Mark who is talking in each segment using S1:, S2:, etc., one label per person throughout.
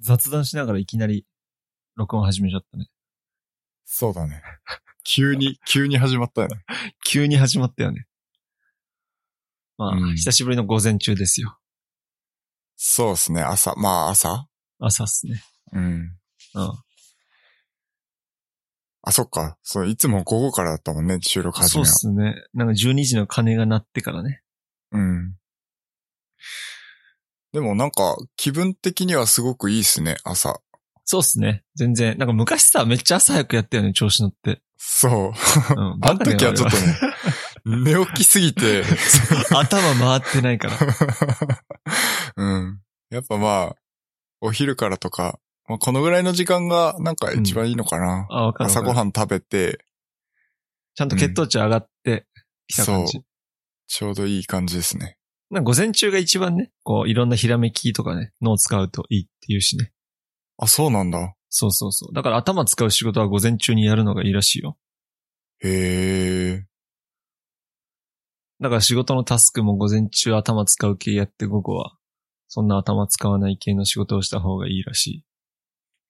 S1: 雑談しながらいきなり録音始めちゃったね。
S2: そうだね。 急に、急に始まったよね。
S1: 急に始まったよね。まあ、
S2: うん
S1: 久しぶりの午前中ですよ。
S2: そうですね、朝。まあ朝
S1: 朝っすね。
S2: うん。
S1: うん。
S2: あ、そっか。そう、いつも午後からだったもんね、収録始
S1: そうっ
S2: めは。
S1: すね。なんか12時の鐘が鳴ってからね。
S2: うん。でもなんか、気分的にはすごくいいっすね、朝。
S1: そうっすね。全然。なんか昔さ、めっちゃ朝早くやったよね、調子乗って。
S2: そう。
S1: うん。
S2: あの時はちょ
S1: バ
S2: っと
S1: カだよ
S2: ね、 寝起きすぎて、
S1: あれは 頭回ってないから。
S2: うん。やっぱまあ、お昼からとか、まあ、このぐらいの時間がなんか一番いいのかな。
S1: あ、わかるわか
S2: 朝
S1: る。
S2: ごはん食べて、
S1: ちゃんと血糖値上がってきた感じ。
S2: ちょうどいい感じですね。
S1: なんか午前中が一番ね、こう、いろんなひらめきとかね、脳を使うといいっていうしね。
S2: あ、そうなんだ。
S1: そうそうそう。だから頭使う仕事は午前中にやるのがいいらしいよ。
S2: へえ。
S1: だから仕事のタスクも午前中頭使う系やって午後は、そんな頭使わない系の仕事をした方がいいらしい。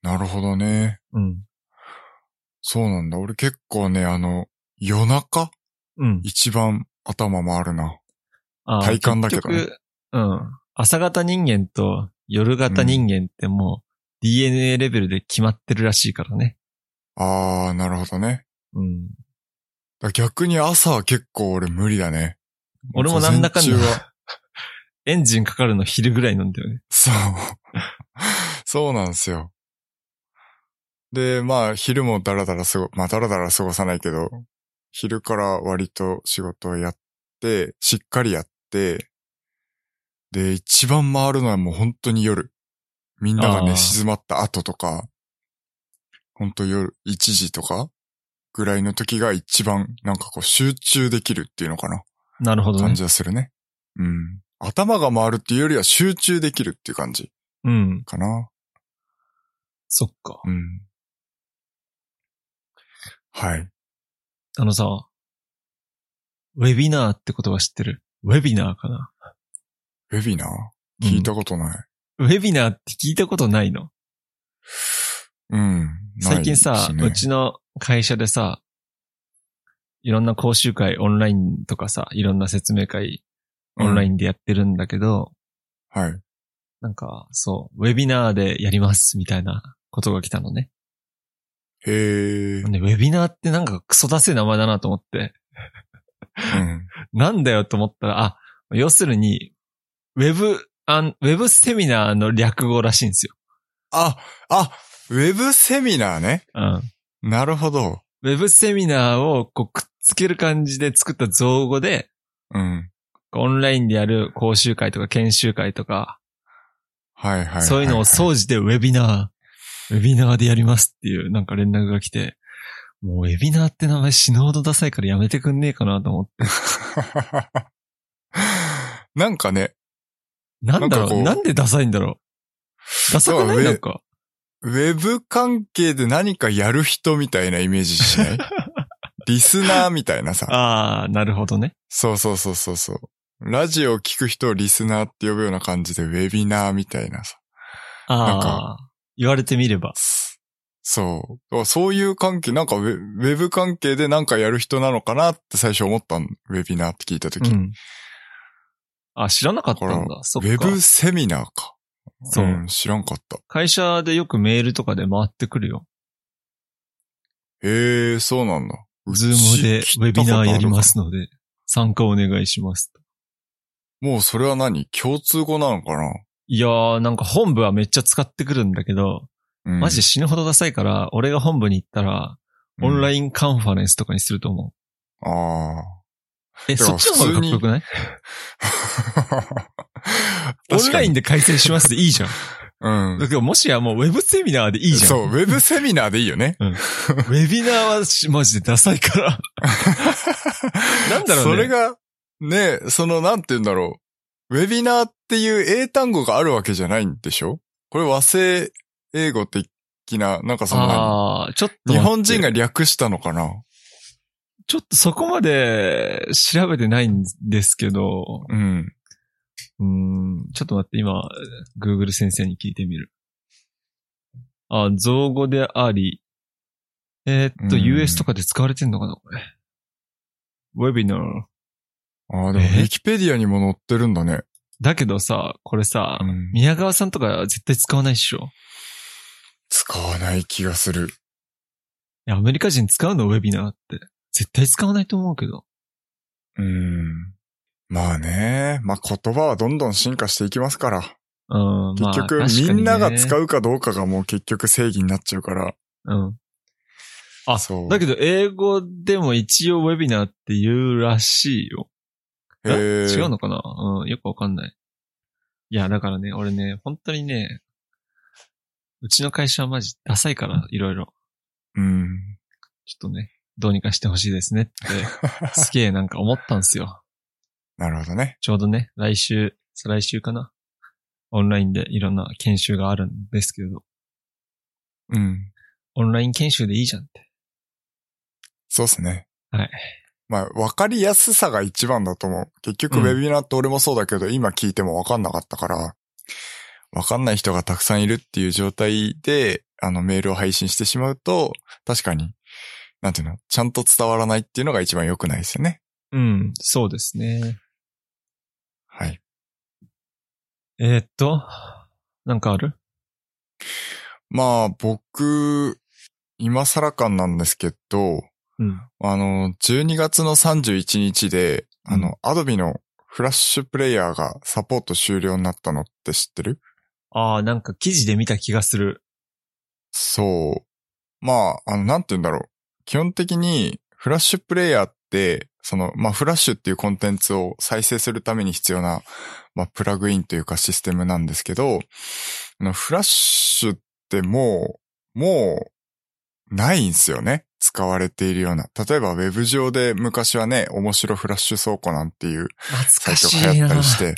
S2: なるほどね。
S1: うん。
S2: そうなんだ。俺結構ね、あの、夜中
S1: うん。
S2: 一番頭回るな。
S1: あー
S2: 体感だけどね
S1: 結局、うん。朝型人間と夜型人間ってもう DNA レベルで決まってるらしいからね。
S2: あー、なるほどね。
S1: うん。
S2: だ逆に朝は結構俺無理だね。
S1: 俺もなんだかんだ
S2: 午前中は、
S1: エンジンかかるの昼ぐらいなんだよね。
S2: そう。そうなんですよ。で、まあ、昼もダラダラ過ご、まあ、ダラダラ過ごさないけど、昼から割と仕事をやって、しっかりやって、で、一番回るのはもう本当に夜。みんなが
S1: あー
S2: 寝静まった後とか、本当夜1時とかぐらいの時が一番なんかこう集中できるっていうのかな。
S1: なるほど
S2: 感
S1: ね。
S2: じはするね。うん。頭が回るっていうよりは集中できるっていう感じ
S1: うん。
S2: かな。
S1: そっか。
S2: うん。はい。
S1: あのさ、ウェビナーって言葉知ってるウェビナーかな
S2: ウェビナー聞いたことない。
S1: ウェビナーって聞いたことないの
S2: うん。ない
S1: 最近さ、
S2: しね
S1: うちの会社でさ、いろんな講習会オンラインとかさ、いろんな説明会オンライ
S2: ン。
S1: ンでやってるんだけど、
S2: はい。
S1: なんか、そう、ウェビナーでやりますみたいなことが来たのね。
S2: へえ。
S1: でウェビナーってなんかクソダセえ名前だなと思って、
S2: うん。
S1: なんだよと思ったら、あ、要するに、ウェブ、あんウェブセミナーの略語らしいんですよ。
S2: あ、あ、ウェブセミナーね。
S1: うん。
S2: なるほど。
S1: ウェブセミナーをこうくっつける感じで作った造語で、
S2: うん。
S1: オンラインでやる講習会とか研修会とか、
S2: はいはいはい、はい。
S1: そういうのを
S2: う。
S1: 総じてウェビナー、ウェビナーでやりますっていうなんか連絡が来て、もうウェビナーって名前死ぬほどダサいからやめてくんねえかなと思って。
S2: なんかね、
S1: なんだろう
S2: なんかこ
S1: な
S2: うん
S1: でダサいんだろうダサくな
S2: そうウ
S1: い
S2: ェ
S1: なんか。
S2: ウェブ関係で何かやる人みたいなイメージ しないリスナーみたいなさ。
S1: ああ、なるほどね。
S2: そうそうそうそうそう。ラジオを聞く人をリスナーって呼ぶような感じで、ウェビナーみたいなさ。なん
S1: あ
S2: か
S1: あ、言われてみれば。
S2: そう。あそういう関係、なんかウェウェブ関係で何かやる人なのかなって最初思ったの。ウェビナーって聞いたと
S1: う
S2: き。
S1: ん。あ、知らなかったん
S2: ほ
S1: だ。そ
S2: ウ
S1: っか。
S2: ェブセミナーか。
S1: そうん
S2: 知らんかった。
S1: 会社でよくメールとかで回ってくるよ。
S2: へえ、そうなんだ。
S1: ズームでウ
S2: うち
S1: ェビナーやりま。
S2: 聞いたことあるか
S1: すので、参加お願いします。
S2: もうそれは何共通語なのかない
S1: やー、なんか本部はめっちゃ使ってくるんだけど、
S2: うん
S1: マジで死ぬほどダサいから、俺が本部に行ったら、オンラ
S2: イン。
S1: インカンファレンスとかにすると思
S2: ああ。
S1: う。え、
S2: だか
S1: そ
S2: ら
S1: っちの方がかっこよくないオ ンライン
S2: で。
S1: で開催しますでいいじゃん。
S2: うん。
S1: だけどもしやもうウェブセミナーでいいじゃん。
S2: そう、ウェブセミナーでいいよね。
S1: ウェビナーはしマジでダサいから。 なんだろうね
S2: それが、ね、その、なんて言うんだろう。ウェビナーっていう英単語があるわけじゃないんでしょこれ和製英語的な、なんかその何、
S1: ああ、ちょっと。
S2: 日本人。が略したのかな
S1: ちょっとそこまで調べてないんですけど、
S2: うん。
S1: うーん、ちょっと待って、今、Google 先生に聞いてみる。あ、造語であり、えーっと、
S2: うん
S1: US とかで使われてんのかな、これ。ウェビナー。
S2: ああ、でも、ウ
S1: え
S2: ィキペディアにも載ってるんだね。
S1: だけどさ、これさ、
S2: うん
S1: 宮川さんとか絶対使わないっしょ。
S2: 使わない気がする。
S1: いや、アメリカ人使うのウェビナーって。絶対使わないと思うけど。
S2: うん。まあね。まあ言葉はどんどん進化していきますから。
S1: うん、まあ
S2: 結局、みんなが使うかどうかがもう結局正義になっちゃうから。
S1: うん。あ
S2: そう。
S1: だけど、英語でも一応ウェビナーって言うらしいよ。え
S2: へえ
S1: 違うのかなうん、よくわかんない。いや、だからね、俺ね、本当にね、うちの会社はマジダサいから、いろいろ。
S2: うん。
S1: ちょっとね、どうにかしてほしいですね って、すげえなんか思ったんですよ。
S2: なるほどね。
S1: ちょうどね、来週、再来週かなオンラインでいろんな研修があるんですけど、
S2: うん。
S1: オンライン研修でいいじゃんって。
S2: そうっすね。
S1: はい。
S2: まあ、わかりやすさが一番だと思う。結
S1: う
S2: 局、ウ
S1: ん
S2: ェビナーって俺もそうだけど、今聞いてもわかんなかったから、わかんない人がたくさんいるっていう状態で、あの、メールを配信してしまうと、確かに、なんていうの、ちゃんと伝わらないっていうのが一番良くないですよね。
S1: うん、そうですね。
S2: はい。
S1: えー、っと、なんかある
S2: まあ、僕、今更感なんですけど、
S1: うん。
S2: あの、12月の31日で、あの、アドビのフラッシュプレイヤーがサポート終了になったのって知ってる
S1: ああ、なんか記事で見た気がする。
S2: そう。まあ、あの、なんて言うんだろう。基本的に、フラッシュプレイヤーって、その、まあ、フラッシュっていうコンテンツを再生するために必要な、まあ、プラグインというかシステムなんですけど、あのフラッシュってもう、もう、ないんですよね。使われているような。例えば、ウェブ上で昔はね、面白フラッシュ倉庫なんていう
S1: 懐
S2: サイ
S1: か
S2: ト
S1: し
S2: が
S1: い
S2: 流行
S1: な
S2: った。りして、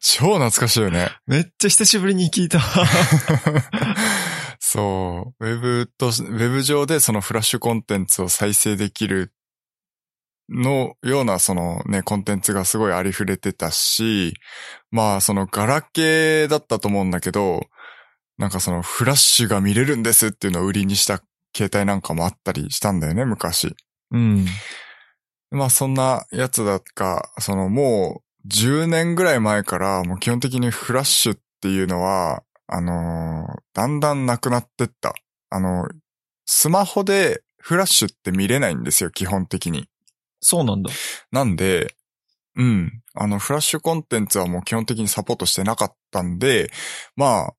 S2: 超懐かしいよね。
S1: めっちゃ久しぶりに聞いた。
S2: そう。ウェブと、ウェブ上でそのフラッシュコンテンツを再生できるのようなそのね、コンテンツがすごいありふれてたし、まあそのガラケーだったと思うんだけど、なんかそのフラッシュが見れるんですっていうのを売りにした携帯なんかもあったりしたんだよね、昔。
S1: うん。
S2: まあそんなやつだか、そのもう10年ぐらい前からもう基本的にフラッシュっていうのは、あのーだんだんなくなってった。あのースマホでフラッシュって見れないんですよ、基本的に。
S1: そうなんだ。
S2: なんで、うん、あのフラッシュコンテンツはもう基本的にサポートしてなかったんで、まあ、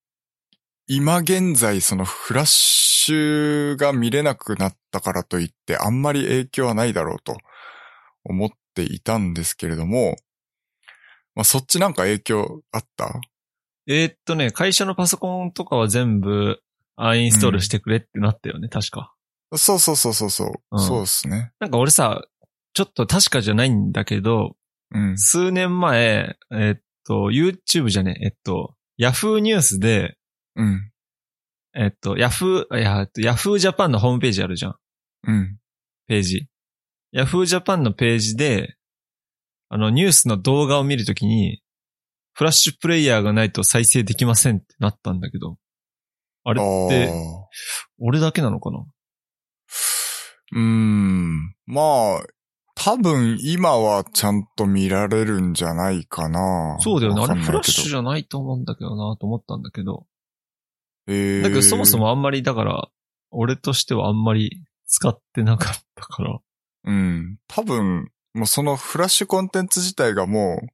S2: 今現在そのフラッシュが見れなくなったからといってあんまり影響はないだろうと思っていたんですけれども、まあそっちなんか影響あった
S1: えーっとね、会社のパソコンとかは全部、アインストールしてくれってなったよね、確か。
S2: そうそうそうそうそう。
S1: うん
S2: そうですね。
S1: なんか俺さ、ちょっと確かじゃないんだけど、
S2: うん。
S1: 数年前、えーっと、YouTube じゃねえ、えっと、Yahoo ニュースで、
S2: うん。
S1: えっと、Yahoo、あいやえっと Yahoo Japan のホームページあるじゃん。
S2: うん。
S1: ページ。Yahoo Japan のページで、あの、ニュースの動画を見るときに、フラッシュプレイヤーがないと再生できませんってなったんだけど、あれ
S2: あ
S1: っ
S2: ー
S1: て、俺だけなのかな
S2: うーん。まあ、多分今はちゃんと見られるんじゃないかな。
S1: そうだよね。
S2: わ
S1: あ
S2: か
S1: れ
S2: んない
S1: フ
S2: けど
S1: ラッシュじゃないと思うんだけどなと思ったんだけど。
S2: えー、
S1: だけどそもそ。もあんまり、だから、俺としてはあんまり使ってなかったから。
S2: うん。多分、もうそのフラッシュコンテンツ自体がもう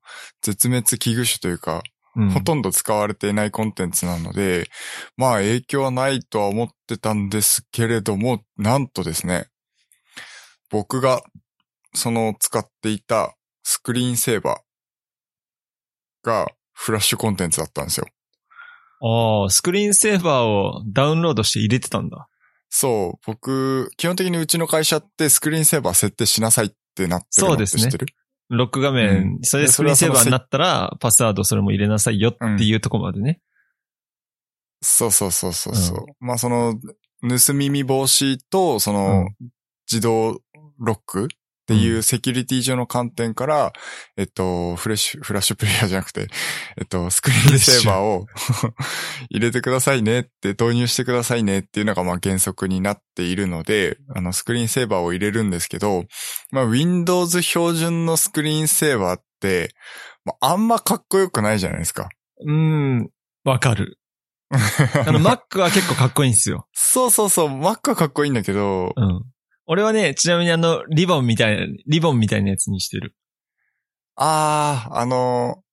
S2: 絶滅危惧種というか、
S1: うん。
S2: ほとんど使われていないコンテンツなので、まあ影響はないとは思ってたんですけれども、なんとですね、僕がその使っていたスクリーンセーバーがフラッシュコンテンツだったんですよ。
S1: ああ、スクリーンセーバーをダウンロードして入れてたんだ。
S2: そう、僕、基本的にうちの会社ってスクリーンセーバー設定しなさいってなってるの
S1: そ
S2: っ
S1: う
S2: て
S1: ですね
S2: 知ってる
S1: ロック画面、それで
S2: で
S1: スクリーンセーバーになったら、パスワードそれも入れなさいよっていうとこまでね。
S2: そうそうそうそうそう。まあその、盗み見防止と、その、
S1: うん
S2: 自動ロックっていうセキュリティ上の観点から、えっと、フレッシュ、フラッシュプレイヤーじゃなくて、えっと、スクリーンセーバーを入れてくださいねって、導入してくださいねっていうのがまあ原則になっているので、あの、スクリーンセーバーを入れるんですけど、まあ、Windows 標準のスクリーンセーバーって、まあ、あんまかっこよくないじゃないですか。
S1: うん、わかる。 あの、Mac は結構かっこいいんですよ。
S2: そうそうそう、Mac はかっこいいんだけど、
S1: うん。俺はね、ちなみにあの、リボンみたいな、リボンみたいなやつにしてる。
S2: あー、あの、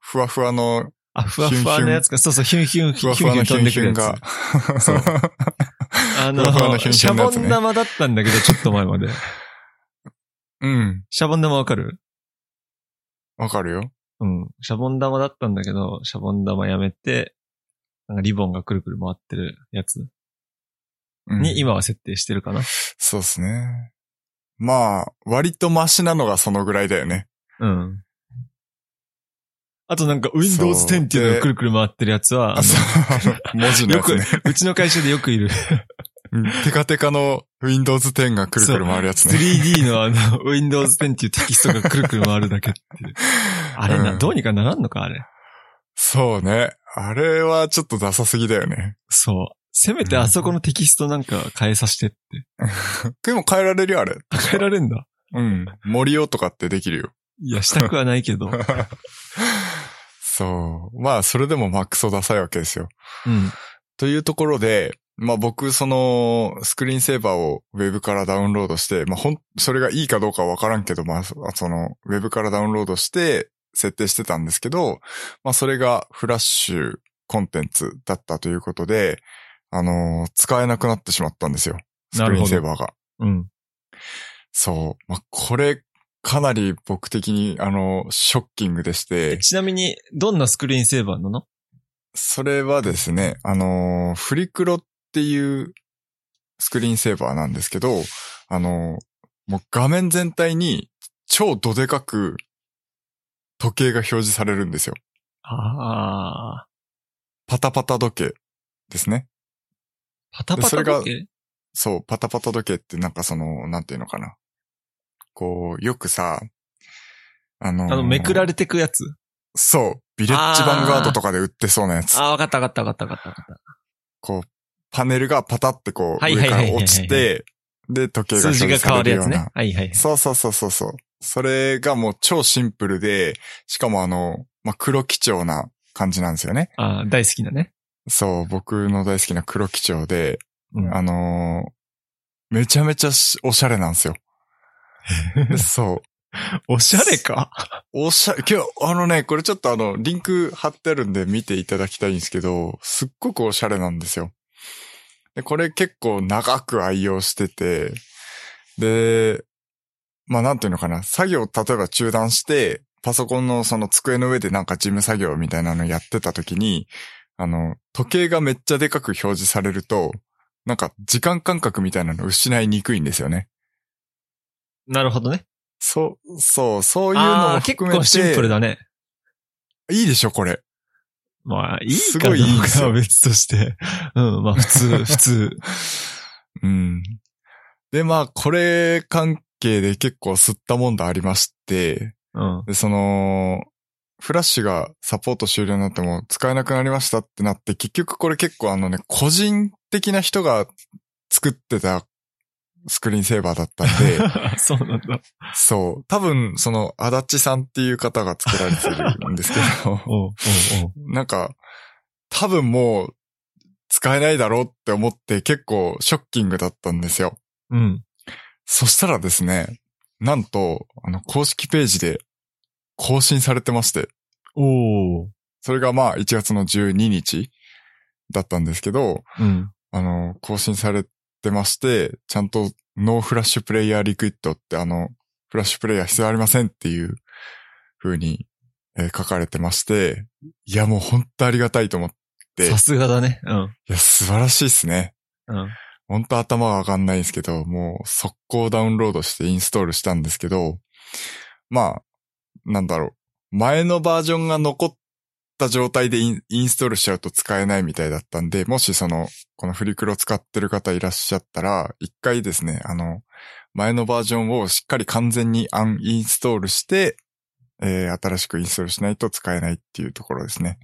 S2: ふわふわの、
S1: あ、ふわふわのやつか。そうそう、ヒュンヒュン、
S2: ふわふわの
S1: ヒ
S2: ヒ
S1: ュ
S2: ュ
S1: ンヒ
S2: ンヒ
S1: ュ
S2: ュ
S1: ン飛んでくるやつ
S2: ンが。
S1: そうあの、
S2: ふわふわのヒュン
S1: シ
S2: ヒュ
S1: ャ
S2: ンの
S1: ボ
S2: やつね
S1: ン玉だったんだけど、ちょっと前まで。
S2: うん、
S1: シャボン玉わかる
S2: わかるよ。
S1: うん。シャボン玉だったんだけど、シャボン玉やめて、なんかリボンがくるくる回ってるやつ
S2: うん
S1: に今は設定してるかな。
S2: そうですね。まあ、割とマシなのがそのぐらいだよね。
S1: うん。あとなんか Windows 10っていうのがくるくる回ってるやつは、あ
S2: あ、そう、 あの文字
S1: の
S2: の
S1: よ
S2: やつ
S1: く
S2: ね。、
S1: うちの会社でよくい る。
S2: テカテカの Windows 10がくるくる回るやつね。
S1: 3D のあの、Windows 10っていうテキストがくるくる回るだけっていう。あれな、
S2: うん
S1: どうにかならんのか、あれ。
S2: そうね。あれはちょっとダサすぎだよね。
S1: そう。せめてあそこのテキストなんか変えさせてって。
S2: でも変えられるよ、あれ。
S1: 変えられんだ。
S2: うん。森尾とかってできるよ。
S1: いや、したくはない けど。う
S2: そう。まあ、それでもマックソダサいわけですよ。
S1: ん。
S2: というところで、まあ僕、その、スクリーンセーバーをウェブからダウンロードして、まあほん、それがいいかどうかはわからんけど、まあ、そその、ウェブからダウンロードして、設定してたんですけど、まあそれがフラッシュコンテンツだったということで、あのー使えなくなってしまったんですよ。ス
S1: な
S2: ク
S1: る
S2: リー
S1: ほど
S2: ンセーバーが。
S1: うん。
S2: そう。まあこれ、かなり僕的に、あのーショッキングでして、
S1: ちなみに、どんなスクリーンセーバーなの
S2: それはですね、あのーフリクロっていうスクリーンセーバーなんですけど、あのーもう画面全体に超どでかく時計が表示されるんですよ。
S1: ああ。
S2: パタパタ時計ですね。
S1: パタパ
S2: でそ
S1: タ
S2: れが
S1: 時計
S2: そう、パタパタ時計ってなんかその、なんていうのかな。こう、よくさ、あのー
S1: あの、めくられてくやつ。
S2: そう、ビレッジヴァンガードとかで売ってそうなやつ。
S1: ああ、わかったわかったわかったわかった。
S2: こう、パネルがパタってこう、
S1: はい
S2: 上
S1: はい
S2: か
S1: はいはいはい
S2: ら落ちて、で、時計が
S1: 数
S2: 表
S1: 字が
S2: 示
S1: 変
S2: さ
S1: わ
S2: れ
S1: るや
S2: るよ
S1: つ
S2: う
S1: ね。
S2: な
S1: は。いはいはい。
S2: そうそうそうそうそう。それがもう超シンプルで、しかもあの、まあ、黒基調な感じなんですよね。
S1: ああ、大好きなね。
S2: そう、僕の大好きな黒基調で、
S1: うん
S2: あのーめちゃめちゃしおしゃれなん ですよ。でそう。
S1: おしゃれか
S2: おしゃれ、今日、あのね、これちょっとあの、リンク貼ってあるんで見ていただきたいんですけど、すっごくおしゃれなんですよ。で、これ結構長く愛用してて、で、まあなんていうのかな、作業、例えば中断して、パソコンのその机の上でなんか事務作業みたいなのやってた時に、あの、時計がめっちゃでかく表示されると、なんか時間感覚みたいなの失いにくいんですよね。
S1: なるほどね。
S2: そう、そう、そういうの
S1: あ
S2: も
S1: あ、結
S2: 含めて。
S1: 構シンプルだね。
S2: いいでしょ、これ。
S1: まあ、いい
S2: す
S1: かど
S2: ご
S1: う
S2: いいいで
S1: か
S2: す
S1: は
S2: よ
S1: 別として。うん、まあ普 通、普通。
S2: うん。で、まあ、これ関係で結構吸ったもんだありまして、
S1: うん。
S2: で、その、フラッシュがサポート終了になっても使えなくなりましたってなって、結局これ結構あのね、個人的な人が作ってたスクリーンセーバーだったん で、
S1: そうなんだ。
S2: そう、多分その、足立さんっていう方が作られてるんですけど、
S1: おうおうおう
S2: なんか、多分もう、使えないだろうって思って結構ショッキングだったんですよ。
S1: うん。
S2: そしたらですね、なんと、あの、公式ページで更新されてまして、
S1: おお。
S2: それがまあ1月の12日だったんですけど、
S1: うん。
S2: あの、更新されてまして、ちゃんとノーフラッシュプレイヤーリクイットってあの、フラッシュプレイヤー必要ありませんっていう風に、えー書かれてまして、いやもう本当ありがたいと思って、い
S1: さすがだね。うん。
S2: や素晴らしいですね。
S1: うん。
S2: 本当頭が上がんないんですけど、もう速攻ダウンロードしてインストールしたんですけど、まあ、なんだろう。前のバージョンが残っった状態でインインストールしちゃうと使えないみたいだったんで、もしその、このフリクロ使ってる方いらっしゃったら、一回ですね、あの、前のバージョンをしっかり完全にアンインストールして、えー新しくインストールしないと使えないっていうところですね。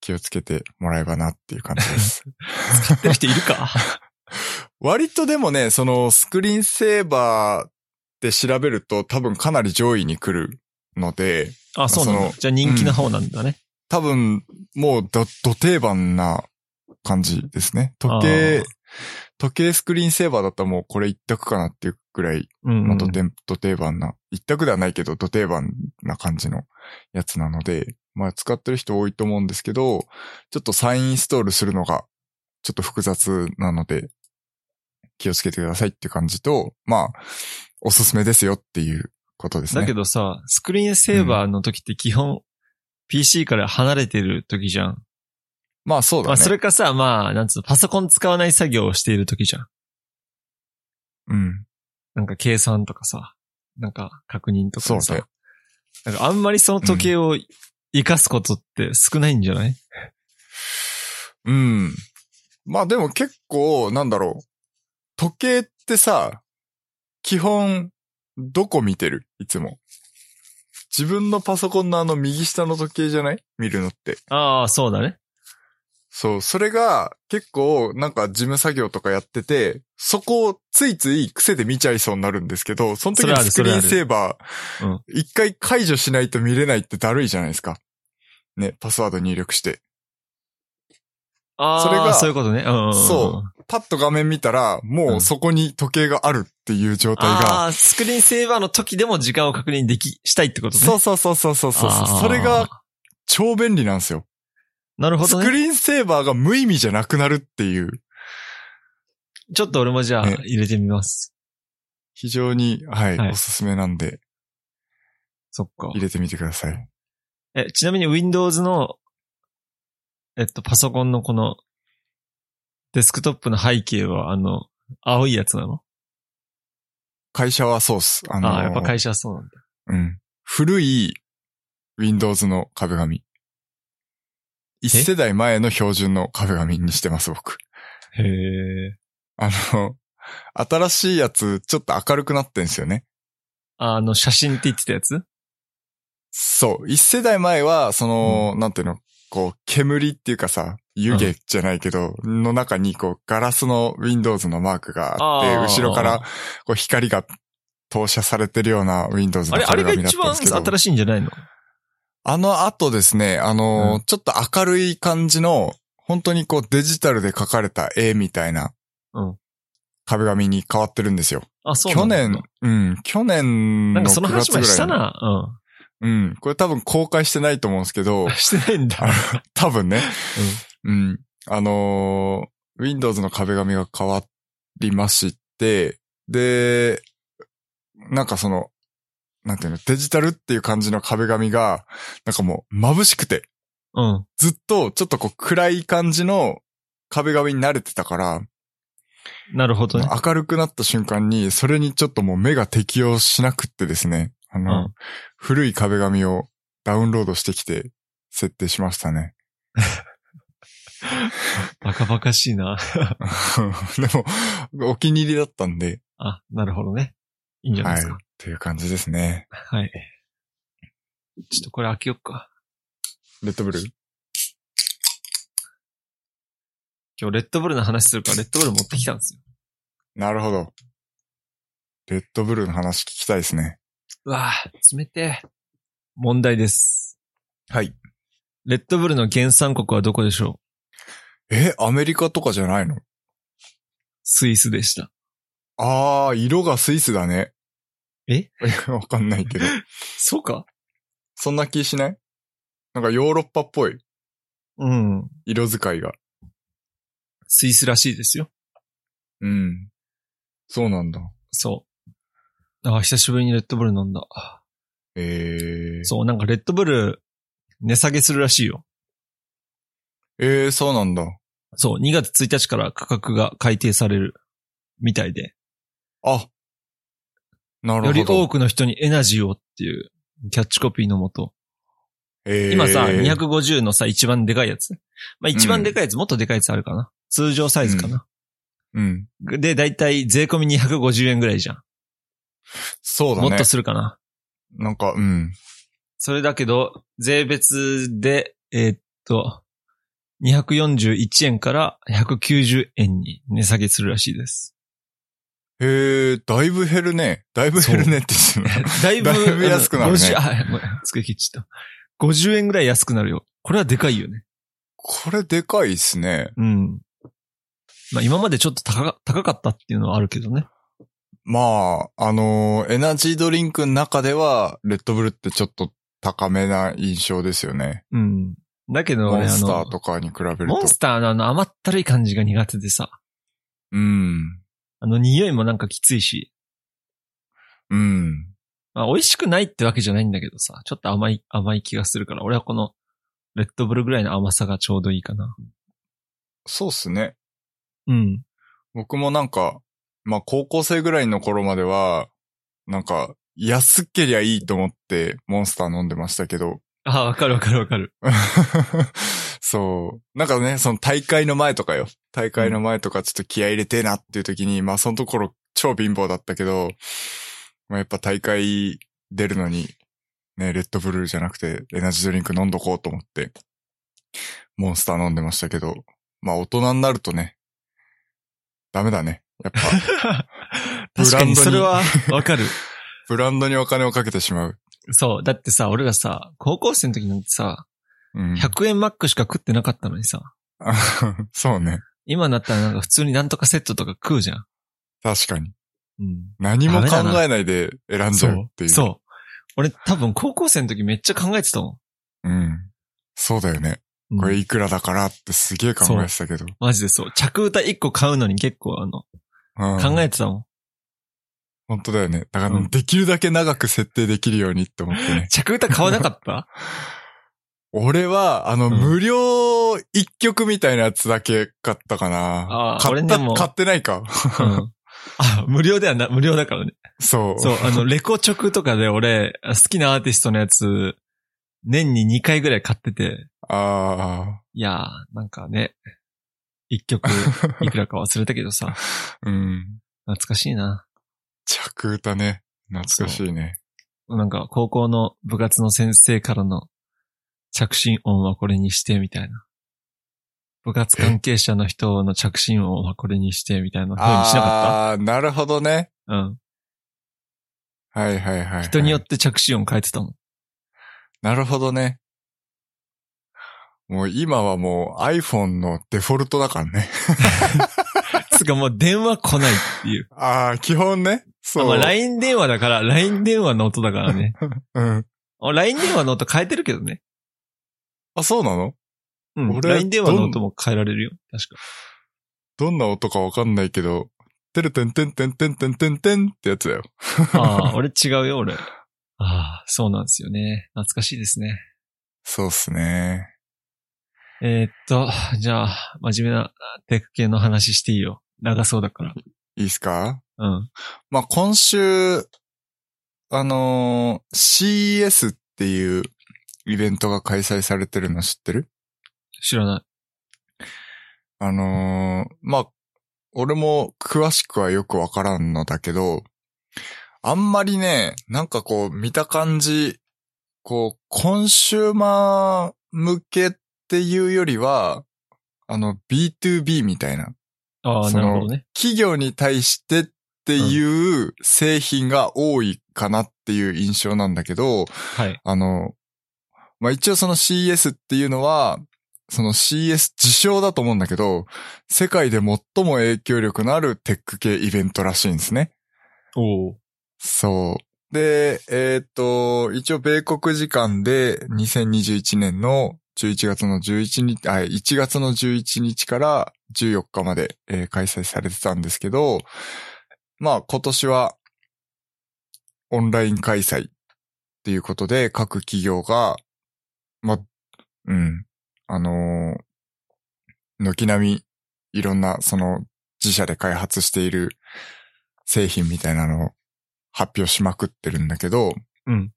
S2: 気をつけてもらえばなっていう感じです。
S1: 使ってる人いるか
S2: 割とでもね、そのスクリーンセーバーで調べると多分かなり上位に来るので、
S1: あ、そうなん
S2: そ
S1: だ
S2: の。
S1: じゃあ人気な方なんだね。
S2: 多分もうど、ど定番な感じですね。時計
S1: あー、
S2: 時計スクリーンセーバーだったらもうこれ一択かなっていうくらい、
S1: うん、う
S2: ま
S1: ん
S2: あ、どてど定番な、一択ではないけど、ど定番な感じのやつなので、まあ使ってる人多いと思うんですけど、ちょっと再インストールするのが、ちょっと複雑なので、気をつけてくださいって感じと、まあ、おすすめですよっていうことですね。
S1: だけどさ、スクリーンセーバーの時って基本、PC から離れてる時じゃん。
S2: まあそうだね。
S1: まあ、それかさ、まあ、なんつうの、パソコン使わない作業をしている時じゃん。
S2: うん。
S1: なんか計算とかさ、なんか確認とか
S2: そうね
S1: さ。なんかあんまりその時計を活かすことって少ないんじゃない、
S2: うん。まあでも結構、なんだろう。時計ってさ、基本、どこ見てるいつも。自分のパソコンのあの右下の時計じゃない見るのって。
S1: ああ、そうだね。
S2: そう、それが結構なんか事務作業とかやってて、そこをついつい癖で見ちゃいそうになるんですけど、その時
S1: それあ
S2: に
S1: る
S2: スクリーンセーバ
S1: それあ
S2: ー、一回解除しないと見れないってだるいじゃないですか。ね、パスワード入力して。
S1: ああ、
S2: それが
S1: そういうことね。うんうんうん。
S2: そパッと画面見たら、もうそこに時計があるっていう状態が、
S1: ああ、スクリーンセーバーの時でも時間を確認でき、したいってことね。
S2: そうそうそうそうそうそう
S1: あー
S2: それが超便利なんですよ。
S1: なるほ
S2: ス
S1: ど
S2: ク
S1: ね。
S2: リーンセーバーが無意味じゃなくなるっていう。
S1: ちょっと俺もじゃあ
S2: ね
S1: 入れてみます。
S2: 非常に、はい、
S1: はい
S2: おすすめなんで、
S1: そっか。
S2: 入れてみてください。
S1: え、ちなみに Windows の、えっと、パソコンのこの、デスクトップの背景は、あの、青いやつなの
S2: 会社はそうっす。あのー
S1: ああ、やっぱ会社はそうなんだ。
S2: うん。古い Windows の壁紙。一世代前の標準の壁紙にしてます、僕。
S1: へえ。
S2: あの、新しいやつ、ちょっと明るくなってんすよね。
S1: あの、写真って言ってたやつ
S2: そう。一世代前は、その、なんていうの、こう、煙っていうかさ、湯気じゃないけど、の中に、こう、ガラスの Windows のマークがあって、
S1: あー
S2: 後ろから、こう、光が投射されてるような Windows
S1: あ
S2: の
S1: れ、あれが
S2: 壁紙だっ
S1: 一
S2: たんで
S1: 番
S2: すけど。あ
S1: 新しいんじゃないの
S2: の後ですね、あのー
S1: う
S2: ちょっと明るい感じの、本当にこう、デジタルで描かれた絵みたいな
S1: うん、
S2: 壁紙に変わってるんですよ。
S1: あ、そうな
S2: 去
S1: んだ。
S2: 年、うん、去年
S1: な
S2: の
S1: んかその
S2: 9月ぐらい
S1: 話までしたな。
S2: うん、これ多分公開してないと思うんですけど
S1: うん。、 してないんだ。
S2: あの多分ね。うん。あのー Windows の壁紙が変わりまして、で、なんかその、なんていうの、デジタルっていう感じの壁紙が、なんかもう眩しくて、
S1: うん。うん。
S2: ずっとちょっとこう暗い感じの壁紙に慣れてたから、
S1: なるほどね。
S2: 明るくなった瞬間に、それにちょっともう目が適応しなくってですね、あ
S1: う
S2: の、
S1: ん。
S2: 古い壁紙をダウンロードしてきて、設定しましたね。
S1: バカバカしいな。
S2: でも、お気に入りだったんで、
S1: あ、なるほどね。いいんじゃない
S2: は
S1: で
S2: い
S1: すか。。
S2: という感じですね。
S1: はい。ちょっとこれ開けよっか。
S2: レッドブル
S1: 今日レッドブルの話するからレッドブル持ってきたんですよ。
S2: なるほど。レッドブルの話聞きたいですね。
S1: うわぁ、冷てえ。問題です。
S2: はい。
S1: レッドブルの原産国はどこでしょう
S2: え、アメリカとかじゃないの
S1: スイスでした。
S2: あー、色がスイスだね。
S1: え
S2: わかんないけど。
S1: そうか
S2: そんな気しないなんかヨーロッパっぽい
S1: うん。
S2: 色使いが。
S1: スイスらしいですよ。
S2: うん。そうなんだ。
S1: そう。あー久しぶりにレッドブル飲んだ。
S2: えー。
S1: そう、なんかレッドブル値下げするらしいよ。
S2: えー、そうなんだ。
S1: そう、2月1日から価格が改定されるみたいで。
S2: あ。なるほど。
S1: より多くの人にエナジーをっていうキャッチコピーのもと、
S2: えー
S1: 今さ、250のさ、一番でかいやつ。まあ一番でかいやつ、もっとでかいやつあるかな。通常サイズかな。
S2: うん。
S1: で、だいたい税込み250円ぐらいじゃん。
S2: そうだ
S1: もっ
S2: ね
S1: と。するかな。
S2: なんか、うん。
S1: それだけど、税別で、えーっと、241円から190円に値下げするらしいです。
S2: へえ、だいぶ減るね。だいぶ減るねって言って た
S1: だいぶ、
S2: だいぶ安くなるね
S1: 50あ、ごめん付け切っちゃった。50円ぐらい安くなるよ。これはでかいよね。
S2: これでかいっすね。
S1: うん。まあ今までちょっと高か高かったっていうのはあるけどね。
S2: まあ、あのーエナジードリンクの中では、レッドブルってちょっと高めな印象ですよね。
S1: うん。だけど
S2: モ
S1: 俺
S2: ン
S1: あ
S2: スター
S1: の、
S2: とかに比べると。
S1: モンスターのあの甘ったるい感じが苦手でさ、
S2: うん。
S1: あの匂いもなんかきついし、
S2: うん。
S1: まあ美味しくないってわけじゃないんだけどさ、ちょっと甘い、甘い気がするから、俺はこの、レッドブルぐらいの甘さがちょうどいいかな。
S2: そうっすね。
S1: うん。
S2: 僕もなんか、まあ高校生ぐらいの頃までは、なんか、安けりゃいいと思ってモンスター飲んでましたけど、
S1: ああ、わかるわかるわかる。
S2: そう。なんかね、その大会の前とかよ。大会の前とかちょっと気合い入れてえなっていう時に、まあそのところ超貧乏だったけど、まあやっぱ大会出るのに、ね、レッドブルーじゃなくてエナジードリンク飲んどこうと思って、モンスター飲んでましたけど、まあ大人になるとね、ダメだね。やっ ぱ、
S1: 確かにそれは
S2: ブラン
S1: わかる。
S2: ブランドにお金をかけてしまう。
S1: そう。だってさ、俺らさ、高校生の時なんてさ、
S2: うん。
S1: 100円マックしか食ってなかったのにさ、
S2: そうね。
S1: 今になったらなんか普通になんとかセットとか食うじゃん。
S2: 確かに。
S1: うん。
S2: 何も考えないで選んじゃうっていう。
S1: そう。俺多分高校生の時めっちゃ考えてたも
S2: うん。そうだよね。
S1: ん。うん
S2: これいくらだからってすげえ考えてたけど。
S1: マジでそう。着歌1個買うのに結構あの、考
S2: え、
S1: えてたもん。
S2: 本当だよね。だから、
S1: うん。
S2: できるだけ長く設定できるようにって思ってね
S1: 着歌買わなかった
S2: 俺は、あの、
S1: うん
S2: 無料一曲みたいなやつだけ買ったかな
S1: あ。ー
S2: 買っ
S1: 俺で
S2: た、
S1: も
S2: 買ってないか。
S1: うん。 あ、無料ではな、無料だからね。
S2: そう。
S1: そう、あの、レコチョクとかで俺、好きなアーティストのやつ、年に2回ぐらい買ってて、
S2: あ
S1: いやー、なんかね、1曲、 いくらか忘れたけどさ、
S2: あ、うん。
S1: 懐かしいな。
S2: 着歌ね。懐かしいね。
S1: なんか、高校の部活の先生からの着信音はこれにして、みたいな。部活関係者の人の着信音はこれにして、みたいな風にしなかっ
S2: ああ、なるほどね。
S1: たうん。
S2: はいはいはい、はい。
S1: 人によって着信音変えてたもん。
S2: なるほどね。もう今はもう iPhone のデフォルトだからね。
S1: つかもう電話来ないっていう。
S2: ああ、基本ね。そう。
S1: まあ LINE 電話だから、LINE 電話の音だから ね。
S2: うん。
S1: あ LINE 電話の音変えてるけどね。
S2: あ、そうなの
S1: うん。
S2: 俺
S1: LINE 電話の音も変えられるよ。確か。
S2: どんな音かわかんないけど、てるてんてんてんてんてんてんてんってやつだよ。
S1: ああ、俺違うよ、俺。ああ、そうなんですよね。懐かしいですね。
S2: そうっすね。
S1: えーっと、じゃあ、真面目なテック系の話していいよ。長そうだ から。
S2: いいっすか
S1: うん。
S2: まあ、今週、あのー CES っていうイベントが開催されてるの知ってる
S1: 知らない。
S2: あのーまあ、俺も詳しくはよくわからんのだけど、あんまりね、なんかこう見た感じ、こう、コンシューマー向けっていうよりは、あの、B2B みたいな、
S1: ああ、
S2: そ
S1: な
S2: の
S1: るほどね。
S2: 企業に対してっていう製品が多いかなっていう印象なんだけど、
S1: はい。
S2: あの、まあ、一応その CES っていうのは、その CES 自称だと思うんだけど、世界で最も影響力のあるテック系イベントらしいんですね。
S1: おお。
S2: そう。で、えーっと、一応米国時間で2021年の11月の11日、あ、1月の11日から14日まで、えー開催されてたんですけど、まあ今年はオンライン開催っていうことで各企業が、まあ、うん、あのー軒並みいろんなその自社で開発している製品みたいなのを発表しまくってるんだけど、
S1: うん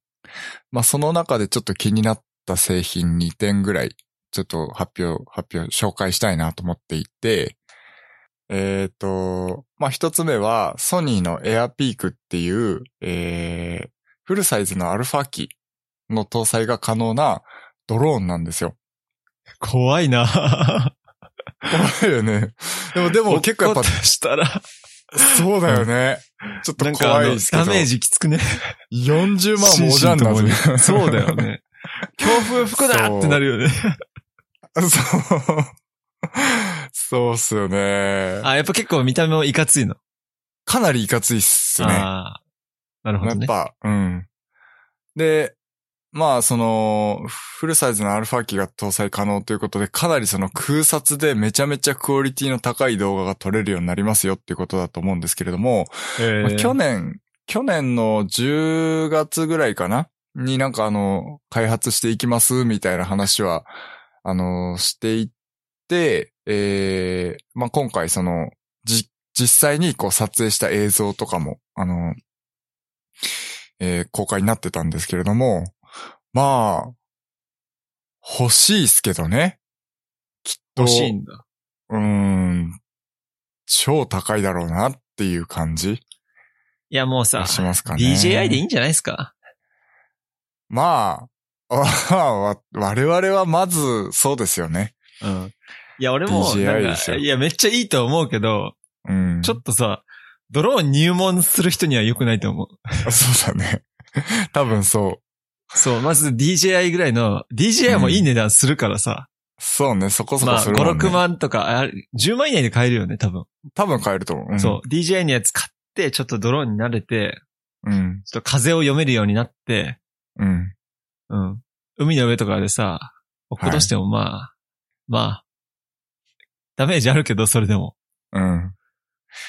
S2: まあその中でちょっと気になっった製品2点ぐらい、ちょっと発表、発表、紹介したいなと思っていて、えっ、と、まあ、一つ目は、ソニーのエアピークっていう、えー、フルサイズのアルファ機の搭載が可能なドローンなんですよ。
S1: 怖いな
S2: 怖いよね。で も、でも結構やっぱ
S1: 落っ、ことしたら、
S2: そうだよね。ちょっ
S1: な
S2: と
S1: んかあ
S2: 怖い
S1: の
S2: です、けど。
S1: ダメージきつくね。
S2: 40万もおじゃんなんで
S1: 心身ともにそうだよ ね。強風吹くなってなるよね。
S2: そう。そうっすよね。
S1: あ、やっぱ結構見た目もいかついの。
S2: かなりいかついっすね。
S1: ああ。なるほ
S2: や
S1: ど
S2: っ
S1: ね。
S2: ぱ、うん。で、まあ、その、フルサイズのアルファ機が搭載可能ということで、かなりその空撮でめちゃめちゃクオリティの高い動画が撮れるようになりますよっていうことだと思うんですけれども、
S1: え
S2: まあ
S1: ー
S2: 去年、去年の10月ぐらいかなになんかあの、開発していきますみたいな話は、あの、していって、えーまあ、今回その、じ、実際にこう撮影した映像とかも、あの、えー公開になってたんですけれども、まあ、欲しいっすけどね。きっと。
S1: 欲しいんだ。
S2: うーん。超高いだろうなっていう感じ。
S1: いや、もうさ、
S2: しますかね。
S1: DJI でいいんじゃないですか
S2: まあ、 わ我々はまず、そうですよね。
S1: うん。いや、俺も、な
S2: DJI
S1: ん
S2: です
S1: か、
S2: よ
S1: いや、めっちゃいいとは思うけど、
S2: うん。
S1: ちょっとさ、ドローン入門する人には良くないと思う。
S2: と。 そうだね。多分そう。
S1: そう、まず DJI ぐらいの、DJI もいい値段するからさ、
S2: そうね、そこそこ
S1: まあ、
S2: するもん、ね。
S1: 5、6。万とか、あ10万以内で買えるよね、多分。
S2: 多分買えると思う。うん、
S1: そう、DJI のやつ買って、ちょっとドローンに慣れて、
S2: う。うん。
S1: ちょっと風を読めるようになって、
S2: うん。
S1: うん。海の上とかでさ、落っことしてもまあ、まあ、ダメージあるけど、それでも。
S2: うん。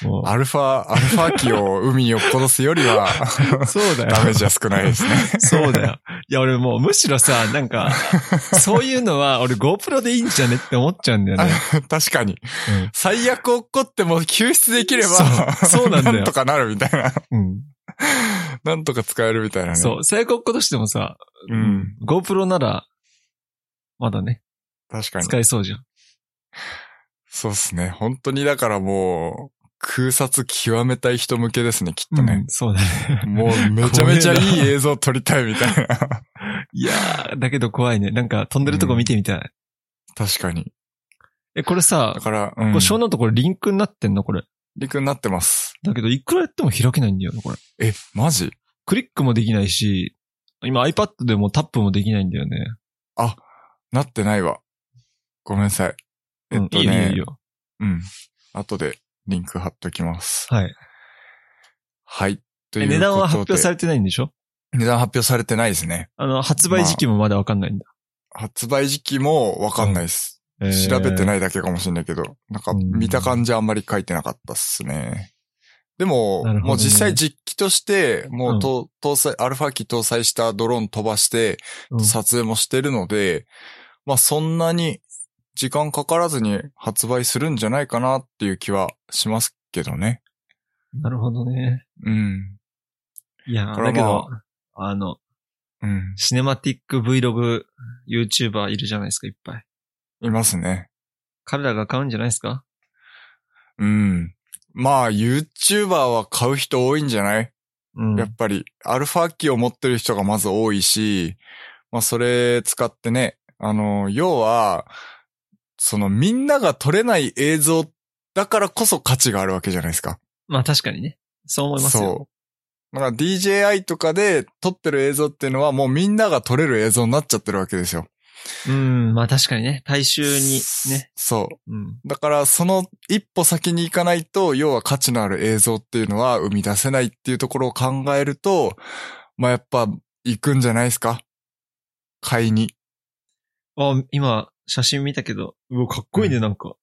S1: もう
S2: アルファ、アルファ機を海に落っことすより は、
S1: そうだよ。
S2: ダメージは少ないですね。
S1: そうだよ。いや、俺もうむしろさ、なん か、そういうのは俺 GoPro でいいんじゃねって思っちゃうんだよね。
S2: 確かに。
S1: うん
S2: 最悪落っこっても救出できれば、
S1: そうそうなんだよ
S2: とかなるみたいな。
S1: うん。
S2: なんとか使えるみたいなね。
S1: そう、最悪ことしてもさ、
S2: う。うん。
S1: GoPro なら、まだね、
S2: 確かに。
S1: 使えそうじゃん。
S2: そうですね。本当にだからもう、空撮極めたい人向けですね、きっと
S1: う
S2: ね
S1: ん。そうだね。
S2: もうめちゃめちゃいい映像撮りたいみたいな。
S1: いやー、だけど怖いね。なんか飛んでるとこ見てみたい。
S2: 確かに。
S1: え、これさ
S2: だ、から、う
S1: こ
S2: ん
S1: れ。小ノートこれリンクになってんのこれ。
S2: 陸になってます。
S1: だけど、いくらやっても開けないんだよな、これ。
S2: え、マジ
S1: クリックもできないし、今 iPad でもタップもできないんだよね。
S2: あ、なってないわ。ごめんなさい。えっと
S1: うん、いいよいい
S2: ね。
S1: よ。
S2: うん。後でリンク貼っときます。
S1: はい。
S2: はい。という
S1: え
S2: ことで。
S1: 値段は発表されてないんでしょ
S2: 値段発表されてないですね。
S1: あの、発売時期もまだわかんないんだ。
S2: 発売時期もわかんないです。調べて
S1: い。
S2: ないだけかもしれないけど、なんか
S1: うん
S2: 見た感じあんまり書いてなかったっすね。でも、
S1: なるほどね
S2: もう実際実機として、もううんと、搭載、アルファ機搭載したドローン飛ばして、
S1: うん
S2: 撮影もしてるので、まあそんなに時間かからずに発売するんじゃないかなっていう気はしますけどね。
S1: なるほどね。
S2: うん。
S1: いや、
S2: これ
S1: だ
S2: はま
S1: け
S2: あ
S1: ど、あの、
S2: うん。
S1: シネマティック Vlog YouTuber いるじゃないですか、いっぱい。
S2: いますね。
S1: 彼らが買うんじゃないですか
S2: うん。まあ YouTuber は買う人多いんじゃない
S1: うん。
S2: やっぱり、アルファ機を持ってる人がまず多いし、まあそれ使ってね、あの、要は、そのみんなが撮れない映像だからこそ価値があるわけじゃないですか。
S1: まあ確かにね。そう思いますよ。
S2: そう。だから DJI とかで撮ってる映像っていうのはもうみんなが撮れる映像になっちゃってるわけですよ。
S1: うん、まあ確かにね。大衆にね。。
S2: そう。
S1: うん。
S2: だから、その一歩先に行かないと、要は価値のある映像っていうのは生み出せないっていうところを考えると、まあやっぱ行くんじゃないですか買いに。
S1: あ、今、写真見たけど、うわ、かっこいいね、なんか。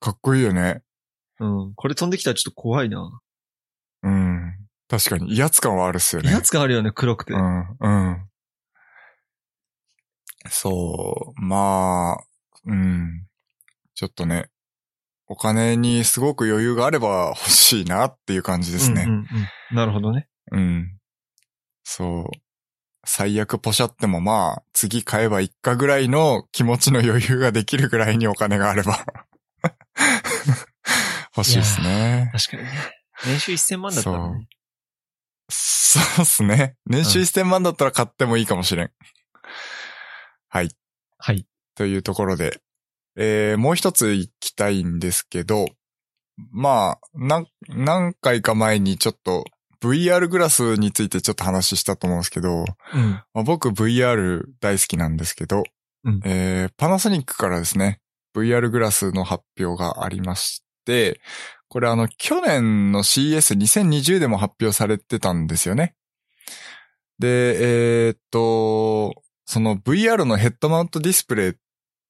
S2: かっこいいよね。
S1: うん。これ飛んできたらちょっと怖いな。
S2: うん。確かに威圧感はあるっすよね。
S1: 威圧感あるよね、黒くて。
S2: うん、うん。そう、まあ、うん。ちょっとね、お金にすごく余裕があれば欲しいなっていう感じですね。
S1: うんうんうんなるほどね。
S2: うん。そう。最悪ポシャってもまあ、次買えばいっかぐらいの気持ちの余裕ができるぐらいにお金があれば 欲しいですね。
S1: 確かにね。年収1000万だったらね。
S2: そうっすね。年収
S1: うん
S2: 1000万だったら買ってもいいかもしれん。はい。
S1: はい。
S2: というところで、えー、もう一つ行きたいんですけど、まあ、なん、何回か前にちょっと VR グラスについてちょっと話したと思うんですけど、
S1: うん。
S2: まあ、僕 VR 大好きなんですけど、
S1: うん
S2: えーパナソニックからですね、VR グラスの発表がありまして、これあの去年の CS2020 でも発表されてたんですよね。で、えーっと、その VR のヘッドマウントディスプレ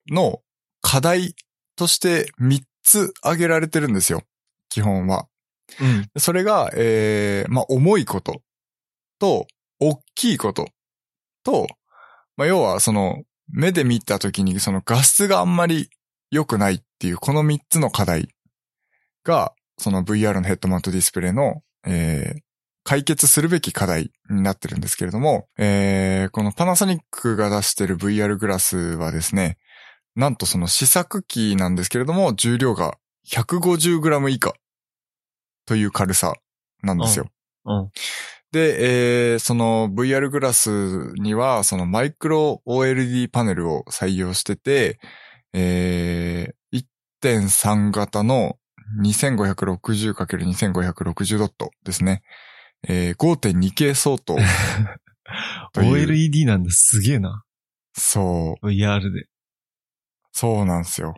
S2: イの課題として3つ挙げられてるんですよ。基本は。
S1: うん。
S2: それが、えー、まあ、重いことと、大きいことと、まあ、要はその、目で見た時にその画質があんまり良くないっていう、この3つの課題が、その VR のヘッドマウントディスプレイの、えー、解決するべき課題になってるんですけれども、えー、このパナソニックが出してる VR グラスはですね、なんとその試作機なんですけれども、重量が 150g 以下という軽さなんですよ。
S1: うん。
S2: で、えーその VR グラスには、そのマイクロ OLED パネルを採用してて、えー1.3型の 2560×2560 ドットですね。えー 5.2K 相当という。
S1: OLED なんだ、すげえな。
S2: そう。
S1: VR で。
S2: そうなんですよ。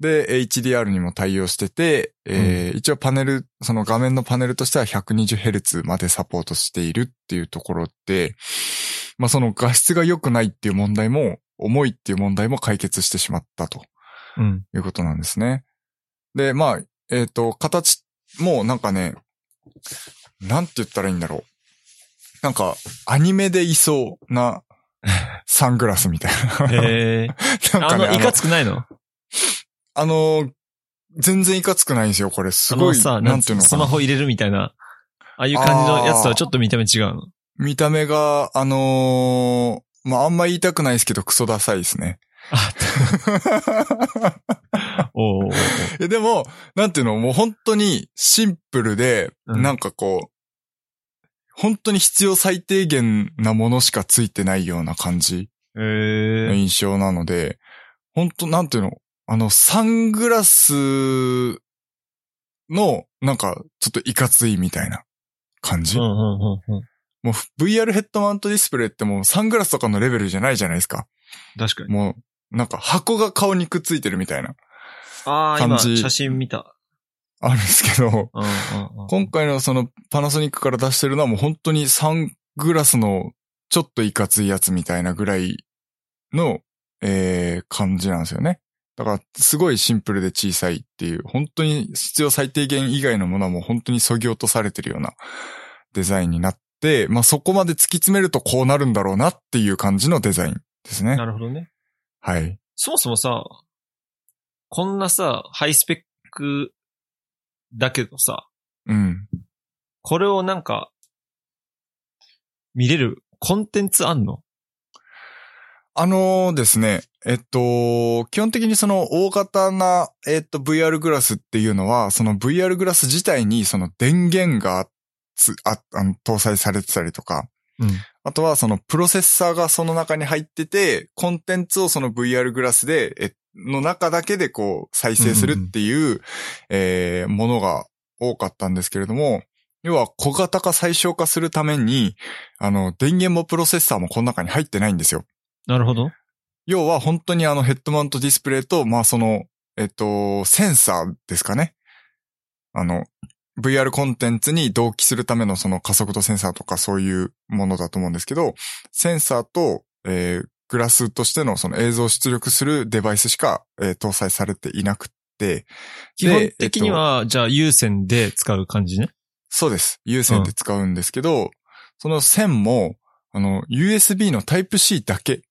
S2: で、HDR にも対応してて、えー一応パネル、その画面のパネルとしては 120Hz までサポートしているっていうところで、まあその画質が良くないっていう問題も、重いっていう問題も解決してしまったと
S1: うん。
S2: いうことなんですね。で、まあ、えっ、と、形もなんかね、なんて言ったらいいんだろう。なんか、アニメでいそうなサングラスみたいな。
S1: へえ。
S2: なん
S1: あ
S2: かね
S1: の、いかつくないの
S2: あのー全然いかつくないんですよ、これ。す
S1: あ
S2: ご
S1: の
S2: い、
S1: さ、
S2: な
S1: なんん
S2: て
S1: て
S2: いうの
S1: ス
S2: か
S1: マ
S2: な。
S1: ホ入れるみたいな、ああいう感じのやつとはちょっと見た目違うの。
S2: 見た目が、あのーまあ、あんま言いたくないですけど、クソダサいですね。
S1: あ、おうおうおう
S2: いやでも、なんていうの、もう本当にシンプルで、
S1: うん
S2: なんかこう、本当に必要最低限なものしかついてないような感じの
S1: へえ。
S2: 印象なので、本当なんていうの、あの、サングラスの、なんか、ちょっといかついみたいな感じ
S1: うんうんうんうん。
S2: もう VR ヘッドマウントディスプレイってもうサングラスとかのレベルじゃないじゃないですか。
S1: 確かに。
S2: もう、なんか箱が顔にくっついてるみたいな、
S1: ああ、
S2: 感
S1: 今、
S2: じ
S1: 写真見た。
S2: あるんですけど、
S1: うんうんうん。
S2: 今回のそのパナソニックから出してるのはもう本当にサングラスのちょっといかついやつみたいなぐらいの、えー、感じなんですよね。だからすごいシンプルで小さいっていう、本当に必要最低限以外のものはもう本当に削ぎ落とされてるようなデザインになって、まあそこまで突き詰めるとこうなるんだろうなっていう感じのデザインですね
S1: な。るほどね。
S2: はい。
S1: そもそもさ、こんなさ、ハイスペックだけどさ、
S2: うん。
S1: これをなんか、見れるコンテンツあんの
S2: あのーですね、えっと、基本的にその大型な、えっと、VR グラスっていうのは、その VR グラス自体にその電源がつああの搭載されてたりとか、
S1: うん。
S2: あとはそのプロセッサーがその中に入ってて、コンテンツをその VR グラスで、えの中だけでこう再生するっていう、えーものが多かったんですけれども、要は小型化最小化するために、あの、電源もプロセッサーもこの中に入ってないんですよ。
S1: なるほど。
S2: 要は本当にあのヘッドマウントディスプレイと、まあその、えっと、センサーですかね。あの、VR コンテンツに同期するためのその加速度センサーとかそういうものだと思うんですけど、センサーと、えーグラスとしてのその映像を出力するデバイスしか、えー搭載されていなくって、
S1: 基本的には、じゃあ有線で使う感じね。
S2: そうです。有線で使うんですけど、その線も、あの、USB の Type-C だけ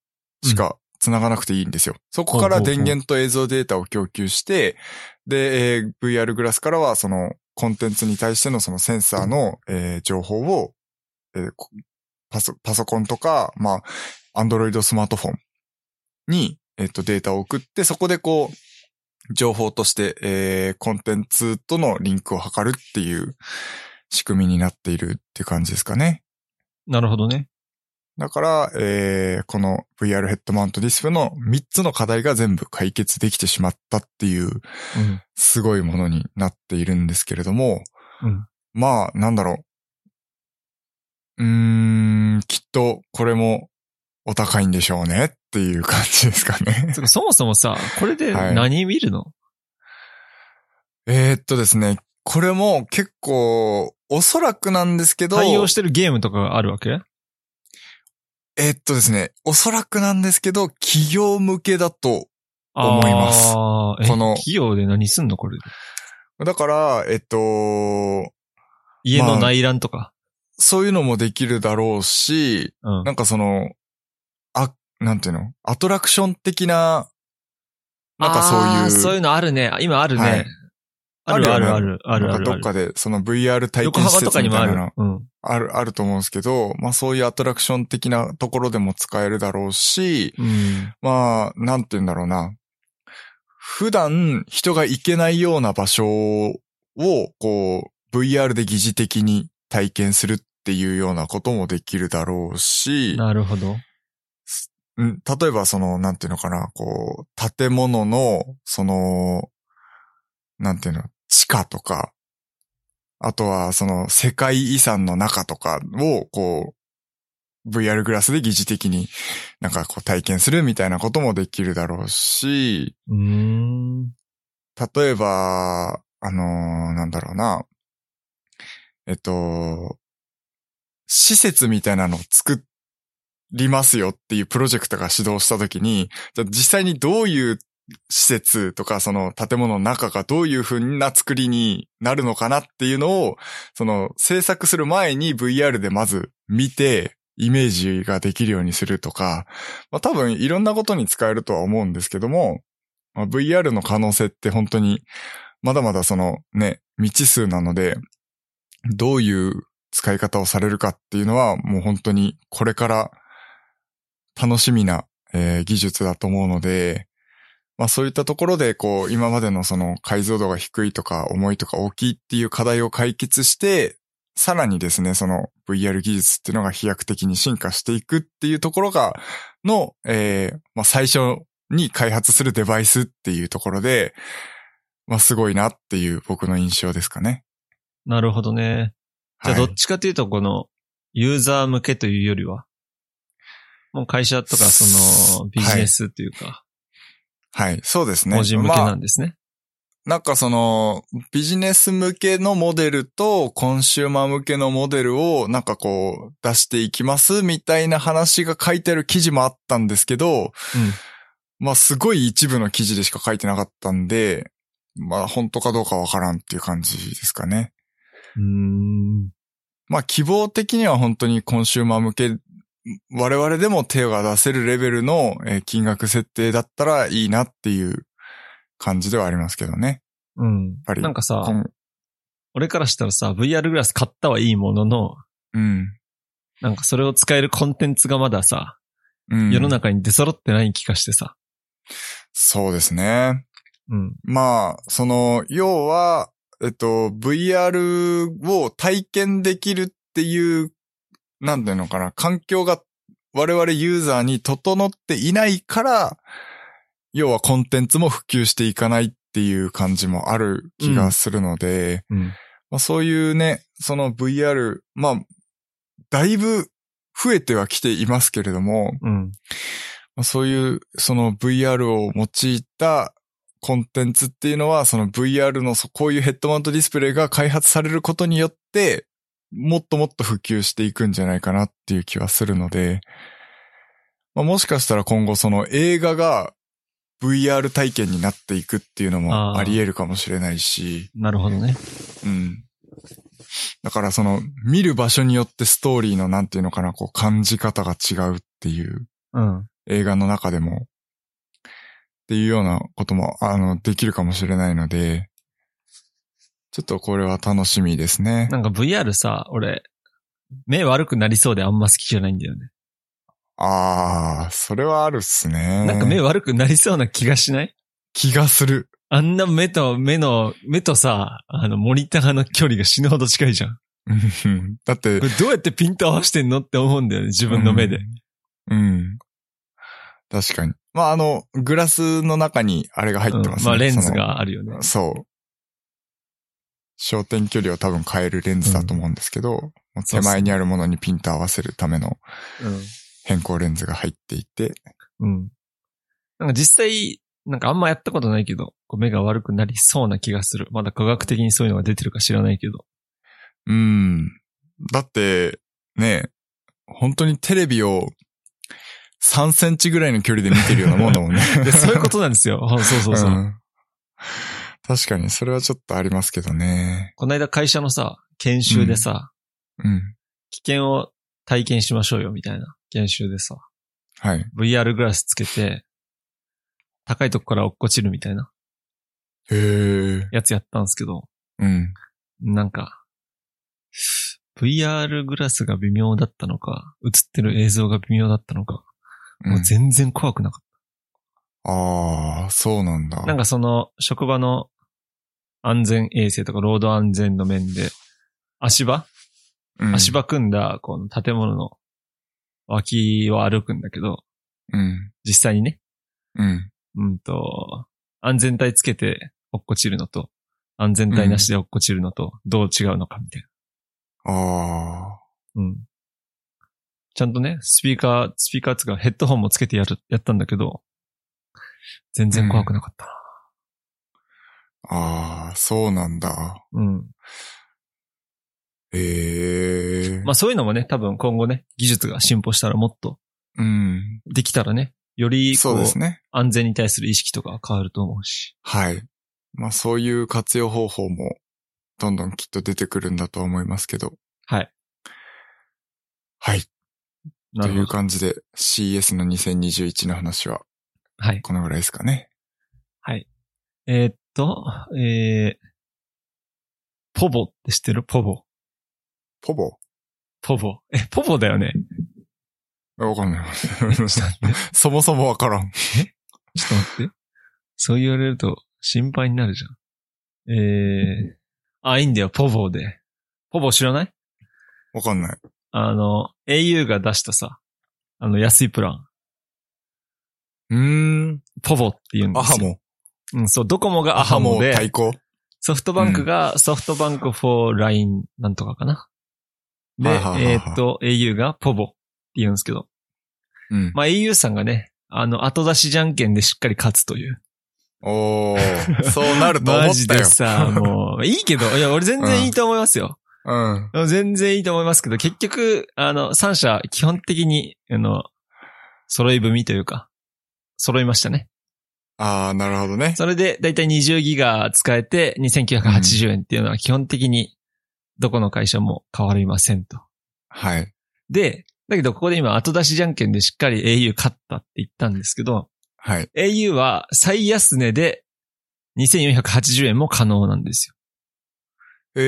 S2: しか繋がなくていいんですよ。そこから
S1: ほうほうほう
S2: 電源と映像データを供給して、で、えー VR グラスからはそのコンテンツに対してのそのセンサーの、えー情報を、えーこパソ、パソコンとか、まあ、アンドロイドスマートフォンに、えっと、データを送って、そこでこう、情報として、えー、コンテンツとのリンクを測るっていう仕組みになっているっていう感じですかね。
S1: なるほどね。
S2: だから、えー、この VR ヘッドマウントディスプレイの3つの課題が全部解決できてしまったっていう
S1: うん。
S2: すごいものになっているんですけれども、
S1: うん
S2: まあ、なんだろう。うーん、きっとこれもお高いんでしょうねっていう感じですかね。
S1: つうかそもそもさ、これで
S2: はい
S1: 何見るの、
S2: えーっとですね、これも結構、おそらくなんですけど、
S1: 対応してるゲームとかがあるわけ
S2: えーっとですね、おそらくなんですけど、企業向けだと、思います
S1: あーえ
S2: この
S1: 企業で何すんのこれ。
S2: だから、えっと、
S1: 家の内覧とか。
S2: そういうのもできるだろうし、
S1: うん。
S2: なんかその、あ、なんていうのアトラクション的な、なんかそういう
S1: あーそういうのあるね。あ今あるね。
S2: はい
S1: あるあ
S2: ある
S1: る
S2: よね
S1: ある。あるあ
S2: なん
S1: る
S2: か
S1: あ
S2: どっ
S1: る。
S2: かでその VR 体
S1: 横
S2: 験
S1: 浜と
S2: 施設
S1: かに
S2: み
S1: も
S2: た
S1: あ
S2: いな
S1: る
S2: の。
S1: うん。
S2: ある、あると思うんですけど、まあそういうアトラクション的なところでも使えるだろうし、
S1: うん。
S2: まあ、なんて言うんだろうな。普段人が行けないような場所を、こう、VR で疑似的に体験するっていうようなこともできるだろうし、
S1: なるほど。
S2: うん、例えばその、なんていうのかな、こう、建物の、その、なんていうの、地下とか、あとはその世界遺産の中とかを、こう、VR グラスで疑似的になんかこう体験するみたいなこともできるだろうし、
S1: うーん。
S2: 例えば、あのーなんだろうな、えっと、施設みたいなのを作りますよっていうプロジェクトが始動したときに、じゃあ実際にどういう施設とかその建物の中がどういう風な作りになるのかなっていうのを、その制作する前に VR でまず見て、イメージができるようにするとか、まあ多分いろんなことに使えるとは思うんですけども、まあ、VR の可能性って本当に、まだまだそのね、未知数なので、どういう使い方をされるかっていうのは、もう本当にこれから楽しみな、えー技術だと思うので、まあそういったところで、こう、今までのその解像度が低いとか重いとか大きいっていう課題を解決して、さらにですね、その VR 技術っていうのが飛躍的に進化していくっていうところが、の、えーまあ最初に開発するデバイスっていうところで、まあすごいなっていう僕の印象ですかね。
S1: なるほどね。じゃあ
S2: はい
S1: どっちかというと、この、ユーザー向けというよりは、もう会社とか、その、ビジネスというか、
S2: はい、そうですね。
S1: 個人向け
S2: ま
S1: な
S2: あ
S1: んですね。
S2: なんかその、ビジネス向けのモデルとコンシューマー向けのモデルをなんかこう出していきますみたいな話が書いてある記事もあったんですけど、まあすごい一部の記事でしか書いてなかったんで、まあ本当かどうかわからんっていう感じですかね。
S1: うん。うーん。
S2: まあ希望的には本当にコンシューマー向け、我々でも手が出せるレベルのえー金額設定だったらいいなっていう感じではありますけどね。
S1: うん
S2: ぱり
S1: なんかさ
S2: こ、ん
S1: 俺からしたらさ、VR グラス買ったはいいものの、
S2: うん。
S1: なんかそれを使えるコンテンツがまださ、
S2: うん。
S1: 世の中に出揃ってない気がしてさ。
S2: そうですね。
S1: うん。
S2: まあ、その、要は、えっと、VR を体験できるっていう、なんていうのかな、環境が我々ユーザーに整っていないから、要はコンテンツも普及していかないっていう感じもある気がするので、
S1: うん。
S2: まあ、そういうね、その VR、まあ、だいぶ増えてはきていますけれども、
S1: うん。
S2: まあそういう、その VR を用いたコンテンツっていうのは、その VR のそこういうヘッドマウントディスプレイが開発されることによって、もっともっと普及していくんじゃないかなっていう気はするので、まあ、もしかしたら今後その映画が VR 体験になっていくっていうのもあり得るかもしれないし、
S1: なるほどね。
S2: うん。だからその、見る場所によってストーリーのなんていうのかな、こう感じ方が違うっていう
S1: うん。
S2: 映画の中でも、っていうようなことも、あの、できるかもしれないので、ちょっとこれは楽しみですね
S1: な。んか VR さ、俺、目悪くなりそうであんま好きじゃないんだよね。
S2: あー、それはあるっすね。
S1: なんか目悪くなりそうな気がしない
S2: 気がする。
S1: あんな目と目の、目とさ、あの、モニターの距離が死ぬほど近いじゃん。
S2: うんだって
S1: こ、れどうやってピント合わせてんのって思うんだよね、自分の目で。
S2: うん。うん。確かに。まあ、あの、グラスの中にあれが入ってま
S1: う
S2: すね。
S1: んまあ、レンズがあるよね。
S2: その。そう。焦点距離を多分変えるレンズだと思うんですけど、もう手前にあるものにピント合わせるための変更レンズが入っていて、
S1: うん。うん。なんか実際、なんかあんまやったことないけど、こう目が悪くなりそうな気がする。まだ科学的にそういうのが出てるか知らないけど。
S2: うん。だって、ね、本当にテレビを3センチぐらいの距離で見てるようなもんだもんね
S1: 。でそういうことなんです よ。あそうそうそう。
S2: ん確かに、それはちょっとありますけどね。
S1: この間会社のさ、研修でさ、
S2: うん。
S1: 危険を体験しましょうよみたいな研修でさ、
S2: はい。
S1: VR グラスつけて、高いとこから落っこちるみたいな
S2: へえ。
S1: やつやったんですけど、
S2: うん。
S1: なんか、VR グラスが微妙だったのか、映ってる映像が微妙だったのか、
S2: う、
S1: もうん全然怖くなかっ
S2: ああ、そうなんだ。
S1: た。なんかその、職場の安全衛生とか労働安全の面で、足場
S2: うん、
S1: 足場組んだ、この建物の脇を歩くんだけど、
S2: うん。
S1: 実際にね、
S2: うん。
S1: うんと、安全帯つけて落っこちるのと、安全帯なしで落っこちるのと、どう違うのかみたい
S2: ああ。
S1: な。うん。ちゃんとね、スピーカー、スピーカーつうかヘッドホンもつけてやる、やったんだけど、全然怖くなかったな。
S2: ああ、そうなんだ。
S1: うん。
S2: ええ
S1: まあそういうのもね、多分今後ね、技術が進歩したらもっと
S2: うん。
S1: できたらね、よりこ
S2: そう
S1: う、
S2: ですね。
S1: 安全に対する意識とかは変わると思うし。
S2: はい。まあそういう活用方法もどんどんきっと出てくるんだと思いますけど。
S1: はい。
S2: はい。
S1: な
S2: と
S1: る
S2: い
S1: ほ
S2: う
S1: ど。
S2: 感じで CS の2021の話は
S1: はい。
S2: このぐらいですかね。
S1: えーっと、えー、ポボって知ってるポボ。
S2: ポボ
S1: ポボ。え、ポボだよね。
S2: わかんない。
S1: ちょ っと待って。
S2: そもそもわからん。
S1: ちょっと待って。そう言われると心配になるじゃん。えー、あ、いいんだよ、ポボで。ポボ知らない
S2: わかんない。
S1: あの、au が出したさ、あの、安いプラン。
S2: うーん。
S1: ポボって言うんで
S2: アハ
S1: すよ。
S2: モ。
S1: うん、そう、ドコモがアハモ
S2: アハ
S1: で、
S2: 対抗。
S1: ソフトバンクがソフトバンク for LINE なんとかかな。で、
S2: はいはいはいはい
S1: えーっと、au がポボって言うんですけど、
S2: うん。
S1: まあ、au さんがね、あの、後出しじゃんけんでしっかり勝つという。
S2: おー。そうなると思ったよ。
S1: マジでさ、もう、いいけど、いや、俺全然いいと思いますよ。
S2: うん。
S1: 全然いいと思いますけど、結局、あの、3社、基本的に、あの、揃い踏みというか、揃いましたね。
S2: あー、なるほどね。
S1: それで、だいたい20ギガ使えて、2980円っていうのは基本的に、どこの会社も変わりませんと。
S2: はい。
S1: で、だけどここで今、後出しじゃんけんでしっかり au 勝ったって言ったんですけど、
S2: はい。
S1: au は最安値で2480円も可能なんですよ。
S2: え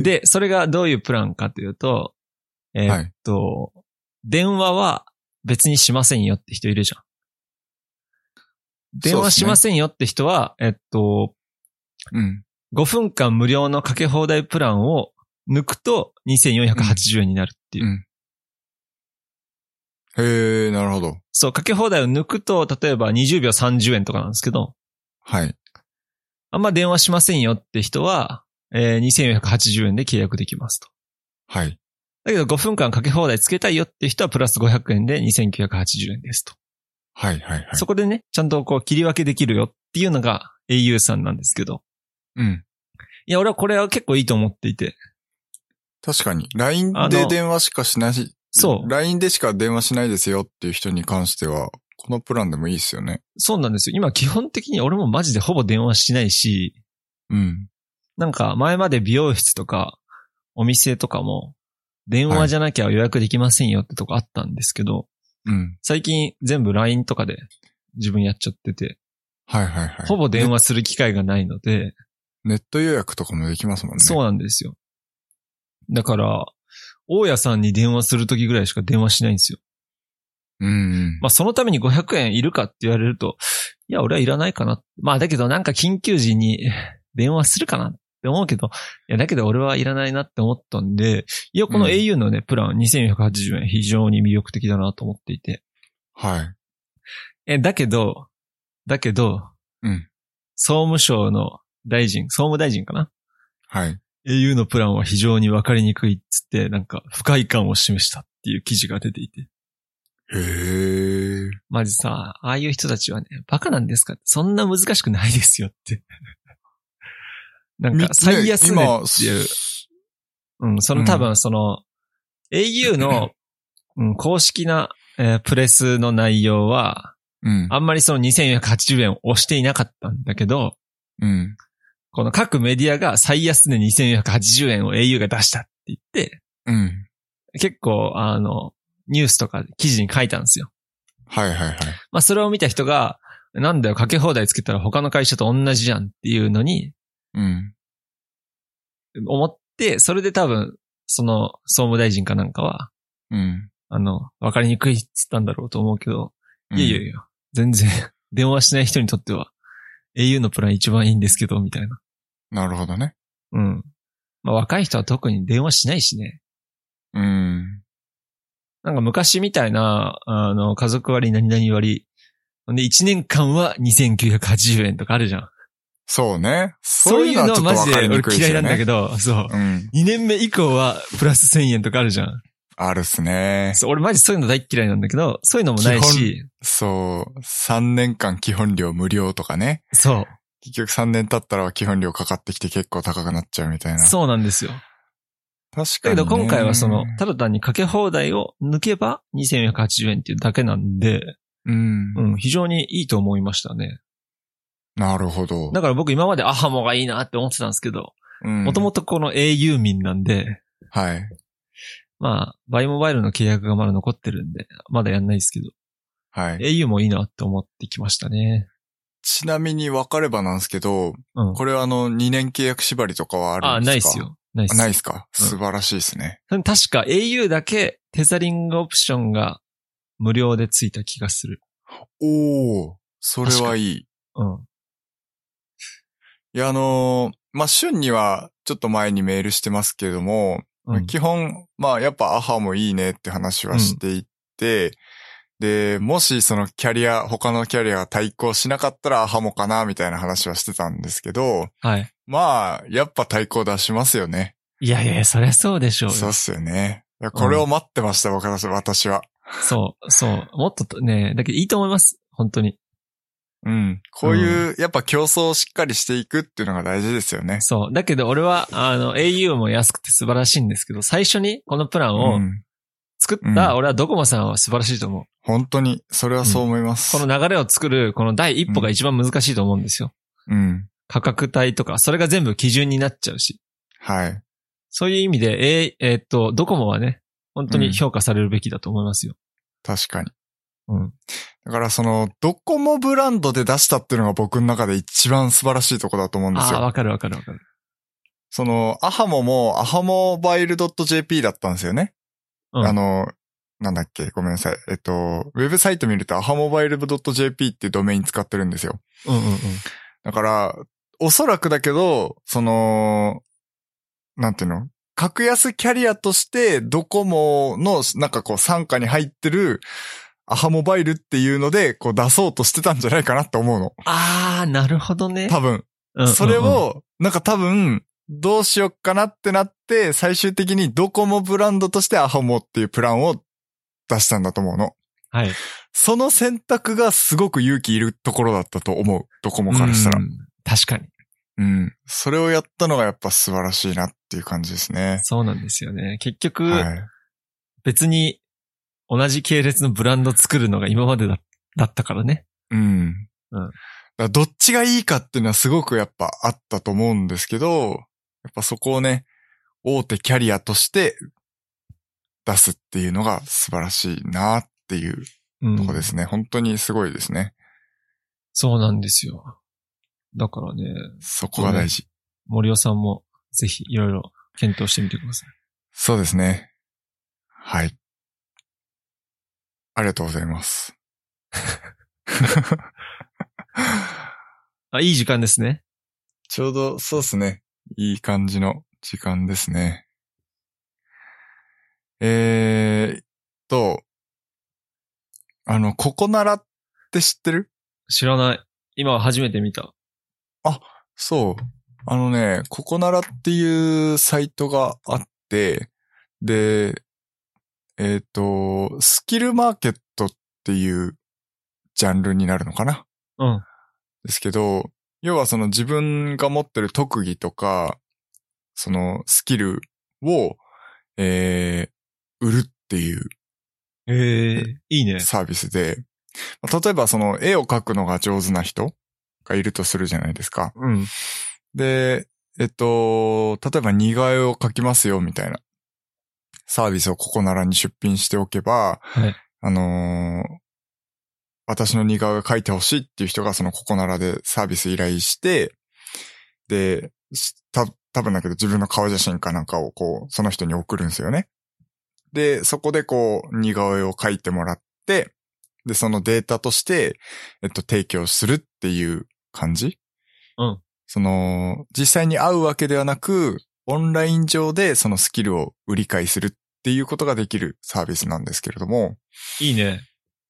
S2: ー。、
S1: で、それがどういうプランかというと、えー
S2: は
S1: っ
S2: い。
S1: と、電話は別にしませんよって人いるじゃん。電話しませんよって人は、えっと、
S2: うん。
S1: 5分間無料のかけ放題プランを抜くと2480円になるっていう。
S2: うんえー、なるほど。
S1: そう、かけ放題を抜くと、例えば20秒30円とかなんですけど、
S2: はい。
S1: あんま電話しませんよって人は、えー2480円で契約できますと。
S2: はい。
S1: だけど5分間かけ放題つけたいよって人はプラス500円で2980円ですと。
S2: はい、はい、はい。
S1: そこでね、ちゃんとこう切り分けできるよっていうのが au さんなんですけど。
S2: うん。
S1: いや、俺はこれは結構いいと思っていて。
S2: 確かに。LINE
S1: あ
S2: で
S1: の
S2: 電話しかしないし、
S1: そう。
S2: LINE でしか電話しないですよっていう人に関しては、このプランでもいいですよね。
S1: そうなんですよ。今基本的に俺もマジでほぼ電話しないし、
S2: うん。
S1: なんか前まで美容室とかお店とかも電話じゃなきゃ予約できませんよってとこあったんですけど、
S2: うん。
S1: 最近全部 LINE とかで自分やっちゃってて、
S2: はいはいはい。
S1: ほぼ電
S2: ね。
S1: 話する機会がないので、
S2: ネット予約とかもできますもんね。
S1: そうなんですよ。だから、大家さんに電話するときぐらいしか電話しないんですよ。
S2: うんうん。
S1: まあ、そのために500円いるかって言われると、いや、俺はいらないかな。まあ、だけどなんか緊急時に 電話するかなって思うけど、いや、だけど俺はいらないなって思ったんで、いや、この
S2: うん
S1: au のね、プラン2480円非常に魅力的だなと思っていて。
S2: はい。
S1: え、だけど、だけど、
S2: うん
S1: 総務省の大臣、総務大臣かな
S2: はい。
S1: au のプランは非常にわかりにくいっつって、なんか不快感を示したっていう記事が出ていて。
S2: へえ。
S1: マジさ、ああいう人たちはね、バカなんですかそんな難しくないですよって。 なんか、最安値っていう、うん、その多分その、au の、うん、公式な、えープレスの内容は、
S2: うん。
S1: あんまりその2480円を押していなかったんだけど、
S2: うん。
S1: この各メディアが最安値2480円を au が出したって言って、
S2: うん。
S1: 結構、あの、ニュースとか記事に書いたんですよ。
S2: はいはいはい。
S1: まあ、それを見た人が、なんだよ、かけ放題つけたら他の会社と同じじゃんっていうのに、
S2: うん。
S1: 思って、それで多分、その、総務大臣かなんかは、
S2: うん。
S1: あの、わかりにくいっつったんだろうと思うけど、
S2: うん
S1: いやいやいや、全然、 電話しない人にとっては、au のプラン一番いいんですけど、みたいな。
S2: なるほどね。
S1: うん。まあ、若い人は特に電話しないしね。
S2: うん。
S1: なんか昔みたいな、あの、家族割、何々割。ほんで、1年間は2980円とかあるじゃん。
S2: そうね。
S1: そ
S2: そううい
S1: いうう
S2: の
S1: の
S2: はちょ
S1: は
S2: っ
S1: マ
S2: とわ
S1: ジ
S2: か
S1: で
S2: りにく
S1: 俺
S2: い
S1: 嫌い
S2: よ
S1: なんだけ
S2: ね。
S1: ど、そう。
S2: うん。
S1: 2年目以降はプラス1000円とかあるじゃん。
S2: あるっすね。
S1: そう俺マジそういうの大っ嫌いなんだけど、そういうのもないし、
S2: そう。3年間基本料無料とかね。
S1: そ。
S2: 結局3年経ったら基本料かかってきて結構高くなっちゃうみたいうな。
S1: そうなんですよ。
S2: 確か
S1: だけ
S2: に、ね。
S1: ど今回はその、ただ単にかけ放題を抜けば2480円っていうだけなんで、
S2: うん。
S1: うん、非常にいいと思いましたね。
S2: なるほど。
S1: だから僕今までアハモがいいなって思ってたんですけど、も
S2: も
S1: ともとこの au 民なんで、
S2: はい。
S1: まあ、バイモバイルの契約がまだ残ってるんで、まだやんないですけど、
S2: はい。
S1: au もいいなって思ってきましたね。
S2: ちなみに分かればなんですけど、
S1: うん。
S2: これはあの、2年契約縛りとかはあ
S1: あ
S2: るん
S1: な
S2: で
S1: いっ
S2: す
S1: す
S2: か
S1: よ。ないっ
S2: あ
S1: す。
S2: ない
S1: い。
S2: ですか
S1: うん
S2: 素晴らしいですね。
S1: 確か au だけテザリングオプションが無料でついた気がする。
S2: おー、それはいい。
S1: うん。
S2: いや、あのーまあ、旬にはちょっと前にメールしてますけども、
S1: うん、
S2: 基本、まあ、やっぱアハもいいねって話はしていって、で、もしそのキャリア、他のキャリアが対抗しなかったらアハもかな、みたいな話はしてたんですけど、
S1: はい。
S2: まあ、やっぱ対抗出しますよね。
S1: いやいやいや、そりゃそうでしょうよ
S2: そうっすよね。いやこれを待ってました、僕は私は。
S1: そう、そう。もっととね、だけどいいと思います。本当に。
S2: うん。こういう、やっぱ競争をしっかりしていくっていうのが大事ですよね。
S1: そう。だけど俺は、あの、au も安くて素晴らしいんですけど、最初にこのプラン
S2: う
S1: を
S2: ん。
S1: 作っ
S2: う
S1: た、
S2: ん
S1: 俺はドコモさんは素晴らしいと思う。
S2: 本当に、それはそう思います。
S1: この流れを作る、この第一歩が一番難しいと思うんですよ。
S2: うん。
S1: 価格帯とか、それが全部基準になっちゃうし。
S2: はい。
S1: そういう意味で、えーえーっと、ドコモはね、本当に評価されるべきだと思いますよ。
S2: 確かに。
S1: うん。
S2: だからその、ドコモブランドで出したっていうのが僕の中で一番素晴らしいとこだと思うんです
S1: ああ、
S2: よ。
S1: わかるわかるわかる。
S2: その、アハモも、アハモバイル .jp だったんですよね。
S1: うん
S2: あの、なんだっけ、ごめんなさい。えっと、ウェブサイト見ると、アハモバイル .jp っていうドメイン使ってるんですよ。
S1: うんうんうん。
S2: だから、おそらくだけど、その、なんていうの格安キャリアとして、ドコモの、なんかこう、参加に入ってる、アハモバイルっていうので、こう出そうとしてたんじゃないかなって思うの。
S1: ああ、なるほどね。
S2: 多分。
S1: うんうんうん
S2: それ、を、なんか多分、どうしよっかなってなって、最終的にドコモブランドとしてアハモっていうプランを出したんだと思うの。
S1: はい。
S2: その選択がすごく勇気いるところだったと思う。ドコモからしたら
S1: う。ん確かに。
S2: うん。それをやったのがやっぱ素晴らしいなっていう感じですね。
S1: そうなんですよね。結局、
S2: はい。
S1: 別に同じ系列のブランド作るのが今までだだったからね。
S2: うん。
S1: うん
S2: だからどっちがいいかっていうのはすごくやっぱあったと思うんですけど、やっぱそこをね、大手キャリアとして出すっていうのが素晴らしいなっていう
S1: うん
S2: とこですね。本当にすごいですね。
S1: そうなんですよ。だからね、
S2: そこが大事。
S1: 森尾さんもぜひいろいろ検討してみてください。
S2: そうですね。はい。ありがとうござ います。
S1: あ、いい時間ですね。
S2: ちょうど、そうですね。いい感じの時間ですね。えーっと、あの、ここならって知ってる
S1: 知らない。今は初めて見た。
S2: そう。あのね、ここならっていうサイトがあって、で、えーっと、スキルマーケットっていうジャンルになるのかな
S1: うん。
S2: ですけど、要はその自分が持ってる特技とか、そのスキルを、えー、売るっていう
S1: へえいいね。
S2: サービスで、まあ例えばその絵を描くのが上手な人がいるとするじゃないですか。
S1: うん。
S2: で、えっと、例えば似顔絵を描きますよみたいなサービスをここならに出品しておけば、
S1: はい
S2: あのー私の似顔絵を描いてほしいっていう人がそのここならでサービス依頼して、で、した多分だけど自分の顔写真かなんかをこう、その人に送るんですよね。で、そこでこう、似顔絵を描いてもらって、で、そのデータとして、えっと、提供するっていう感じ
S1: うん。
S2: その、実際に会うわけではなく、オンライン上でそのスキルを売り買いするっていうことができるサービスなんですけれども、
S1: いいね。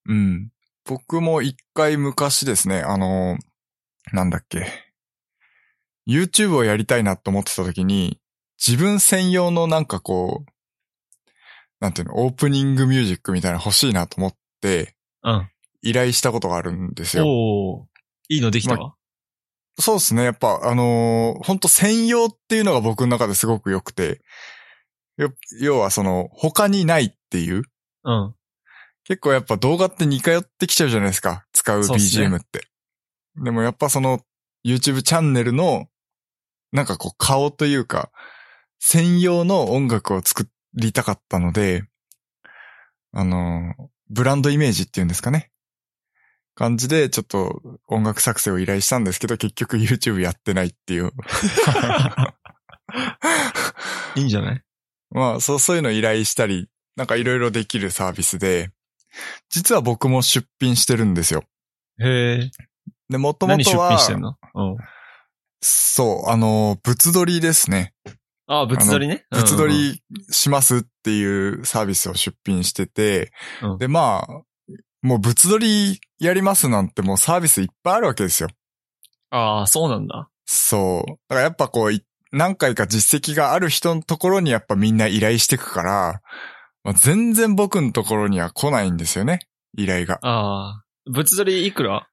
S2: うん。僕も一回昔ですね、あの、なんだっけ。YouTube をやりたいなと思ってた時に、自分専用のなんかこう、なんていうの、オープニングミュージックみたいなの欲しいなと思って、
S1: うん。
S2: 依頼したことがあるんですよ。
S1: おおいいのできたわ。
S2: そうですね。やっぱ、あのー本当専用っていうのが僕の中ですごく良くて、よ要はその、他にないっていう、結構やっぱ動画って似通ってきちゃうじゃないですか。使う
S1: そうっすね
S2: BGM って。でもやっぱその YouTube チャンネルのなんかこう顔というか専用の音楽を作りたかったので、あの、ブランドイメージっていうんですかね。感じでちょっと音楽作成を依頼したんですけど結局 YouTube やってないっていう。
S1: うん。いいんじゃない
S2: まあ、そう、そういうの依頼したり、なんかいろいろできるサービスで、実は僕も出品してるんですよ。
S1: へえ。
S2: で、もとも
S1: 何出
S2: とは、
S1: 品してんのうん。
S2: そう、あの、物撮りですね。
S1: ああ、物撮りね。
S2: 物撮
S1: うんうんうん
S2: りしますっていうサービスを出品してて、
S1: うん
S2: で、まあ、もう物撮りやりますなんてもうサービスいっぱいあるわけですよ。
S1: ああ、そうなんだ。
S2: そう。だからやっぱこう、い何回か実績がある人のところにやっぱみんな依頼してくから、まあ、全然僕のところには来ないんですよね。依頼が。
S1: ああ。物撮りいくら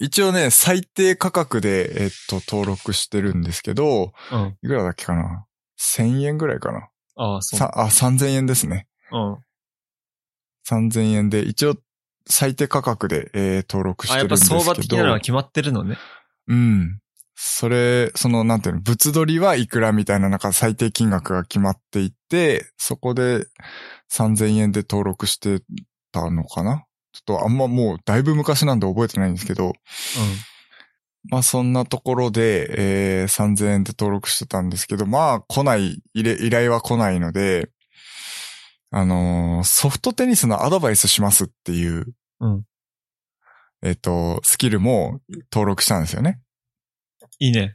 S2: 一応ね、最低価格で、えっと、登録してるんですけど、
S1: うん。
S2: いくらだっけかな ?1000 円ぐらいかな
S1: ああ、そう。
S2: さあ、3000円ですね。
S1: うん。
S2: 3000円で、一応、最低価格で、えー登録して
S1: あ、や
S2: る
S1: っ
S2: んで
S1: ぱ
S2: すけど。
S1: 相場的なのは決まってるのね。
S2: うん。それ、その、なんていうの、物撮りはいくらみたいな、なんか最低金額が決まっていて、そこで3000円で登録してたのかなちょっとあんまもうだいぶ昔なんで覚えてないんですけど、まあそんなところで、えー3000円で登録してたんですけど、まあ来ない、依頼依頼は来ないので、あのーソフトテニスのアドバイスしますっていう、
S1: うん
S2: えっ、と、スキルも登録したんですよね。
S1: いいね。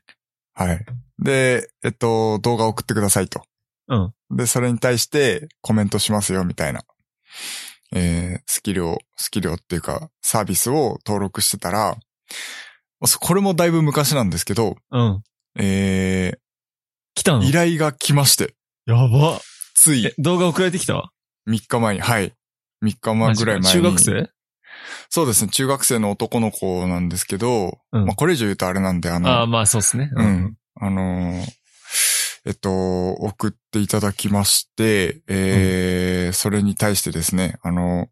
S2: はい。で、えっと、動画送ってくださいと。
S1: うん。
S2: で、それに対してコメントしますよ、みたいな。えースキルを、スキルをっていうか、サービスを登録してたら、そこれもだいぶ昔なんですけど、
S1: うん。
S2: え
S1: 来たの
S2: ー依頼が来まして、
S1: やば。
S2: つい
S1: え、動画送られてきた
S2: 3日前に、はい。3日前ぐらい前に。
S1: 中学生
S2: そうですね、中学生の男の子なんですけど、
S1: うん
S2: まあこれ以上言うとあれなんで、あの、
S1: ああ、まあそうっすね。
S2: うん。あのーえっと、送っていただきまして、えーそれに対してですね、あの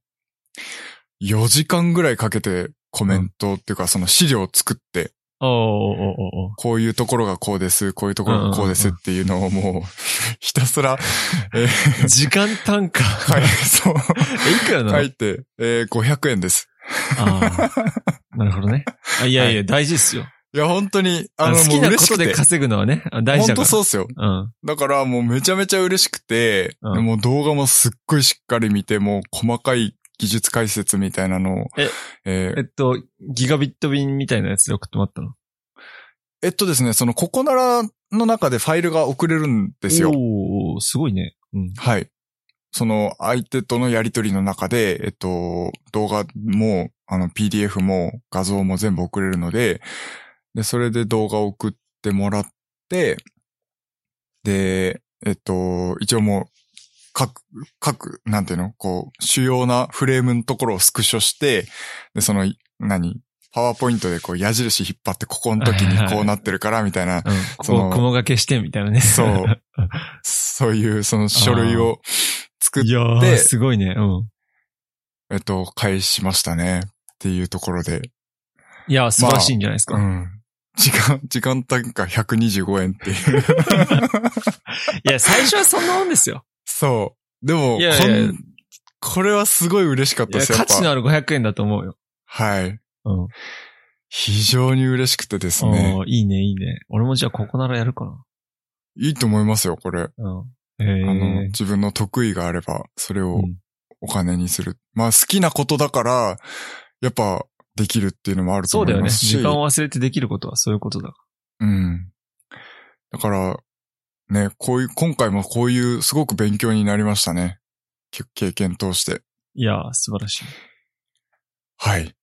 S2: 4時間ぐらいかけてコメントっていうか、その資料を作って、
S1: おーおーおーおー
S2: こういうところがこうです、こういうところがこうですっていうのをもう、ひた すら、えー
S1: おー時間単価。
S2: はい、そう、
S1: え、いくらなの、
S2: 書いて、えー500円です。
S1: ああ。なるほどね。あいやいや、大事っすよ。
S2: いや、本当に、あ
S1: あ
S2: の、
S1: の好き
S2: もう
S1: なこ
S2: 嬉し
S1: と
S2: くて
S1: で。稼ぐのはね、あ大事
S2: 本
S1: だか
S2: 当
S1: ら。
S2: そうっすよ。
S1: うん。
S2: だからもうめちゃめちゃ嬉しくて、
S1: うん
S2: もう動画もすっごいしっかり見て、もう細かい技術解説みたいなのを、
S1: え
S2: えー
S1: えっと、ギガビット便みたいなやつで送ってもらったの。
S2: えっとですね、そのココナラの中でファイルが送れるんですよ。
S1: おー、すごいね。 うん。
S2: はい。その相手とのやりとりの中で、えっと、動画も、あの、PDF も画像も全部送れるので、で、それで動画を送ってもらって、で、えっと、一応もう、各、各、なんていうのこう、主要なフレームのところをスクショして、で、その、何パワーポイントでこう矢印引っ張って、ここの時にこうなってるから、みたいな、
S1: うん、
S2: そ
S1: こ
S2: の
S1: こ雲掛けしてみたいなね。
S2: そう。そういうその書類を作 っ
S1: いやー、
S2: て、
S1: すごいね。うん。
S2: えっと、返しましたね。っていうところで。
S1: いやー、素晴らしいんじゃないですか。
S2: うん。時間、 時間単価125円っていう。
S1: いや、最初はそんなもんですよ。
S2: そう。でも、
S1: いやいや
S2: こんこれはすごい嬉しかっ
S1: いや
S2: た ですや
S1: 価
S2: っぱ
S1: 値のある500円だと思うよ。
S2: はい。
S1: うん。
S2: 非常に嬉しくてですね。
S1: おーいいね、いいね。俺もじゃあここならやるか
S2: いいと思いますよ、これ。
S1: な。
S2: あの、
S1: うん。へえ。
S2: 自分の得意があれば、それ
S1: う
S2: を
S1: ん
S2: お金にする。まあ、好きなことだから、やっぱ、できるっていうのもあると
S1: そう
S2: 思
S1: だ
S2: い
S1: よね。
S2: ますし。
S1: 時間を忘れてできることはそういうことだ。
S2: うん。だから、ね、こういう、今回もこういう、すごく勉強になりましたね。け経験通して。
S1: いやー、素晴らしい。
S2: はい。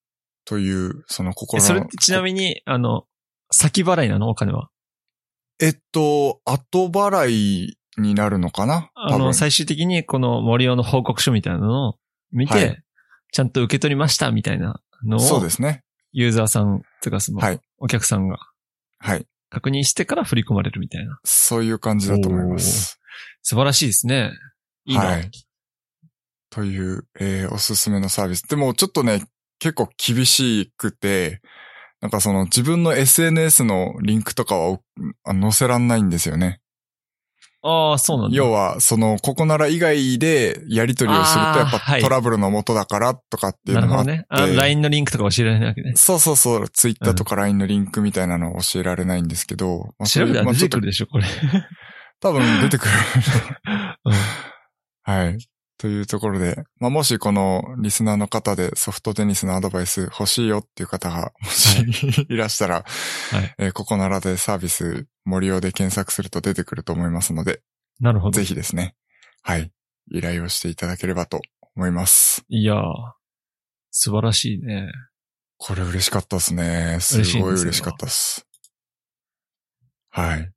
S2: という、その心
S1: え
S2: の。
S1: それってちなみに、あの、先払いなのお金は。
S2: えっと、後払いになるのかな
S1: あ
S2: 多分
S1: の、最終的にこの森尾の報告書みたいなのを見て、
S2: はい
S1: ちゃんと受け取りましたみたいなの
S2: そう
S1: を
S2: で、すね。
S1: ユーザーさん、つうかその
S2: はい、
S1: お客さんが
S2: はい。
S1: 確認してから振り込まれるみたいな。
S2: そういう感じだと思います。
S1: 素晴らしいですね。いいな。
S2: はいという、えーおすすめのサービス。でも、ちょっとね、結構厳しくて、なんかその自分の SNS のリンクとかはあ載せらんないんですよね。
S1: ああ、そうなんだ。
S2: 要は、その、ここなら以外でやり取りをすると、や
S1: あー
S2: っ
S1: は
S2: ぱ
S1: い
S2: トラブルの元だからとかっていう
S1: な
S2: の
S1: る
S2: が
S1: ほ
S2: あ
S1: ど
S2: って、
S1: ね。あ LINE のリンクとか教えられないわけね。
S2: そうそうそう、ツイッターとか LINE のリンクみたいなのを教えられないんですけど、まあそ
S1: 調べ
S2: れ
S1: たら
S2: まあ
S1: 出
S2: ちょってと
S1: くるでしょ、これ。
S2: 多分出てくる。
S1: うん
S2: はい。というところで、まあ、もしこのリスナーの方でソフトテニスのアドバイス欲しいよっていう方が、もしいらしたら、
S1: はい
S2: えーここならでサービス森尾で検索すると出てくると思いますので、
S1: なるほど
S2: ぜ。ひですね、はい、依頼をしていただければと思います。
S1: いやー素晴らしいね。
S2: これ嬉しかったですね。す
S1: 嬉しいん
S2: ごい
S1: ですよ
S2: 嬉しかったです。はい。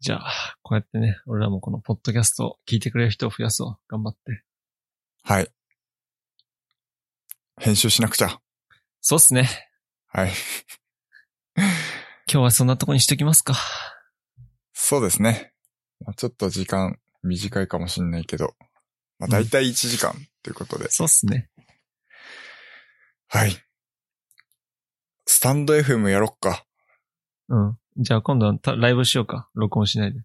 S1: じゃあ、こうやってね、俺らもこのポッドキャストを聞いてくれる人を増やそう。頑張って。
S2: はい。編集しなくちゃ。
S1: そうっすね。
S2: はい。
S1: 今日はそんなとこにしときますか。
S2: そうですね。まあちょっと時間短いかもしんないけど、まあ、
S1: うん
S2: だいたい1時間ということで。
S1: そうっすね。
S2: はい。スタンド FM やろっか。
S1: うん。じゃあ今度はたライブしようか。録音しないで。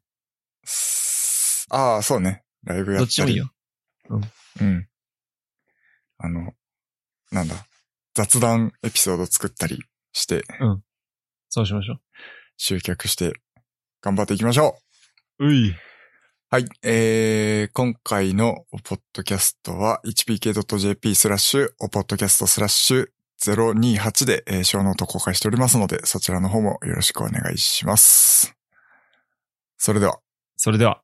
S2: すああ、そうね。ライブや
S1: どっ
S2: ったり。
S1: ちでもいいよ。
S2: うん。あの、なんだ。雑談エピソード作ったりして、
S1: そうしましょ
S2: 集客して、頑張っていきましょう
S1: う。うい。
S2: はい、えー、今回のポッドキャストは hpk.jp スラッシュ、おポッドキャストスラッシュ028で、えー、小ノート公開しておりますので、そちらの方もよろしくお願いします。それでは。
S1: それでは。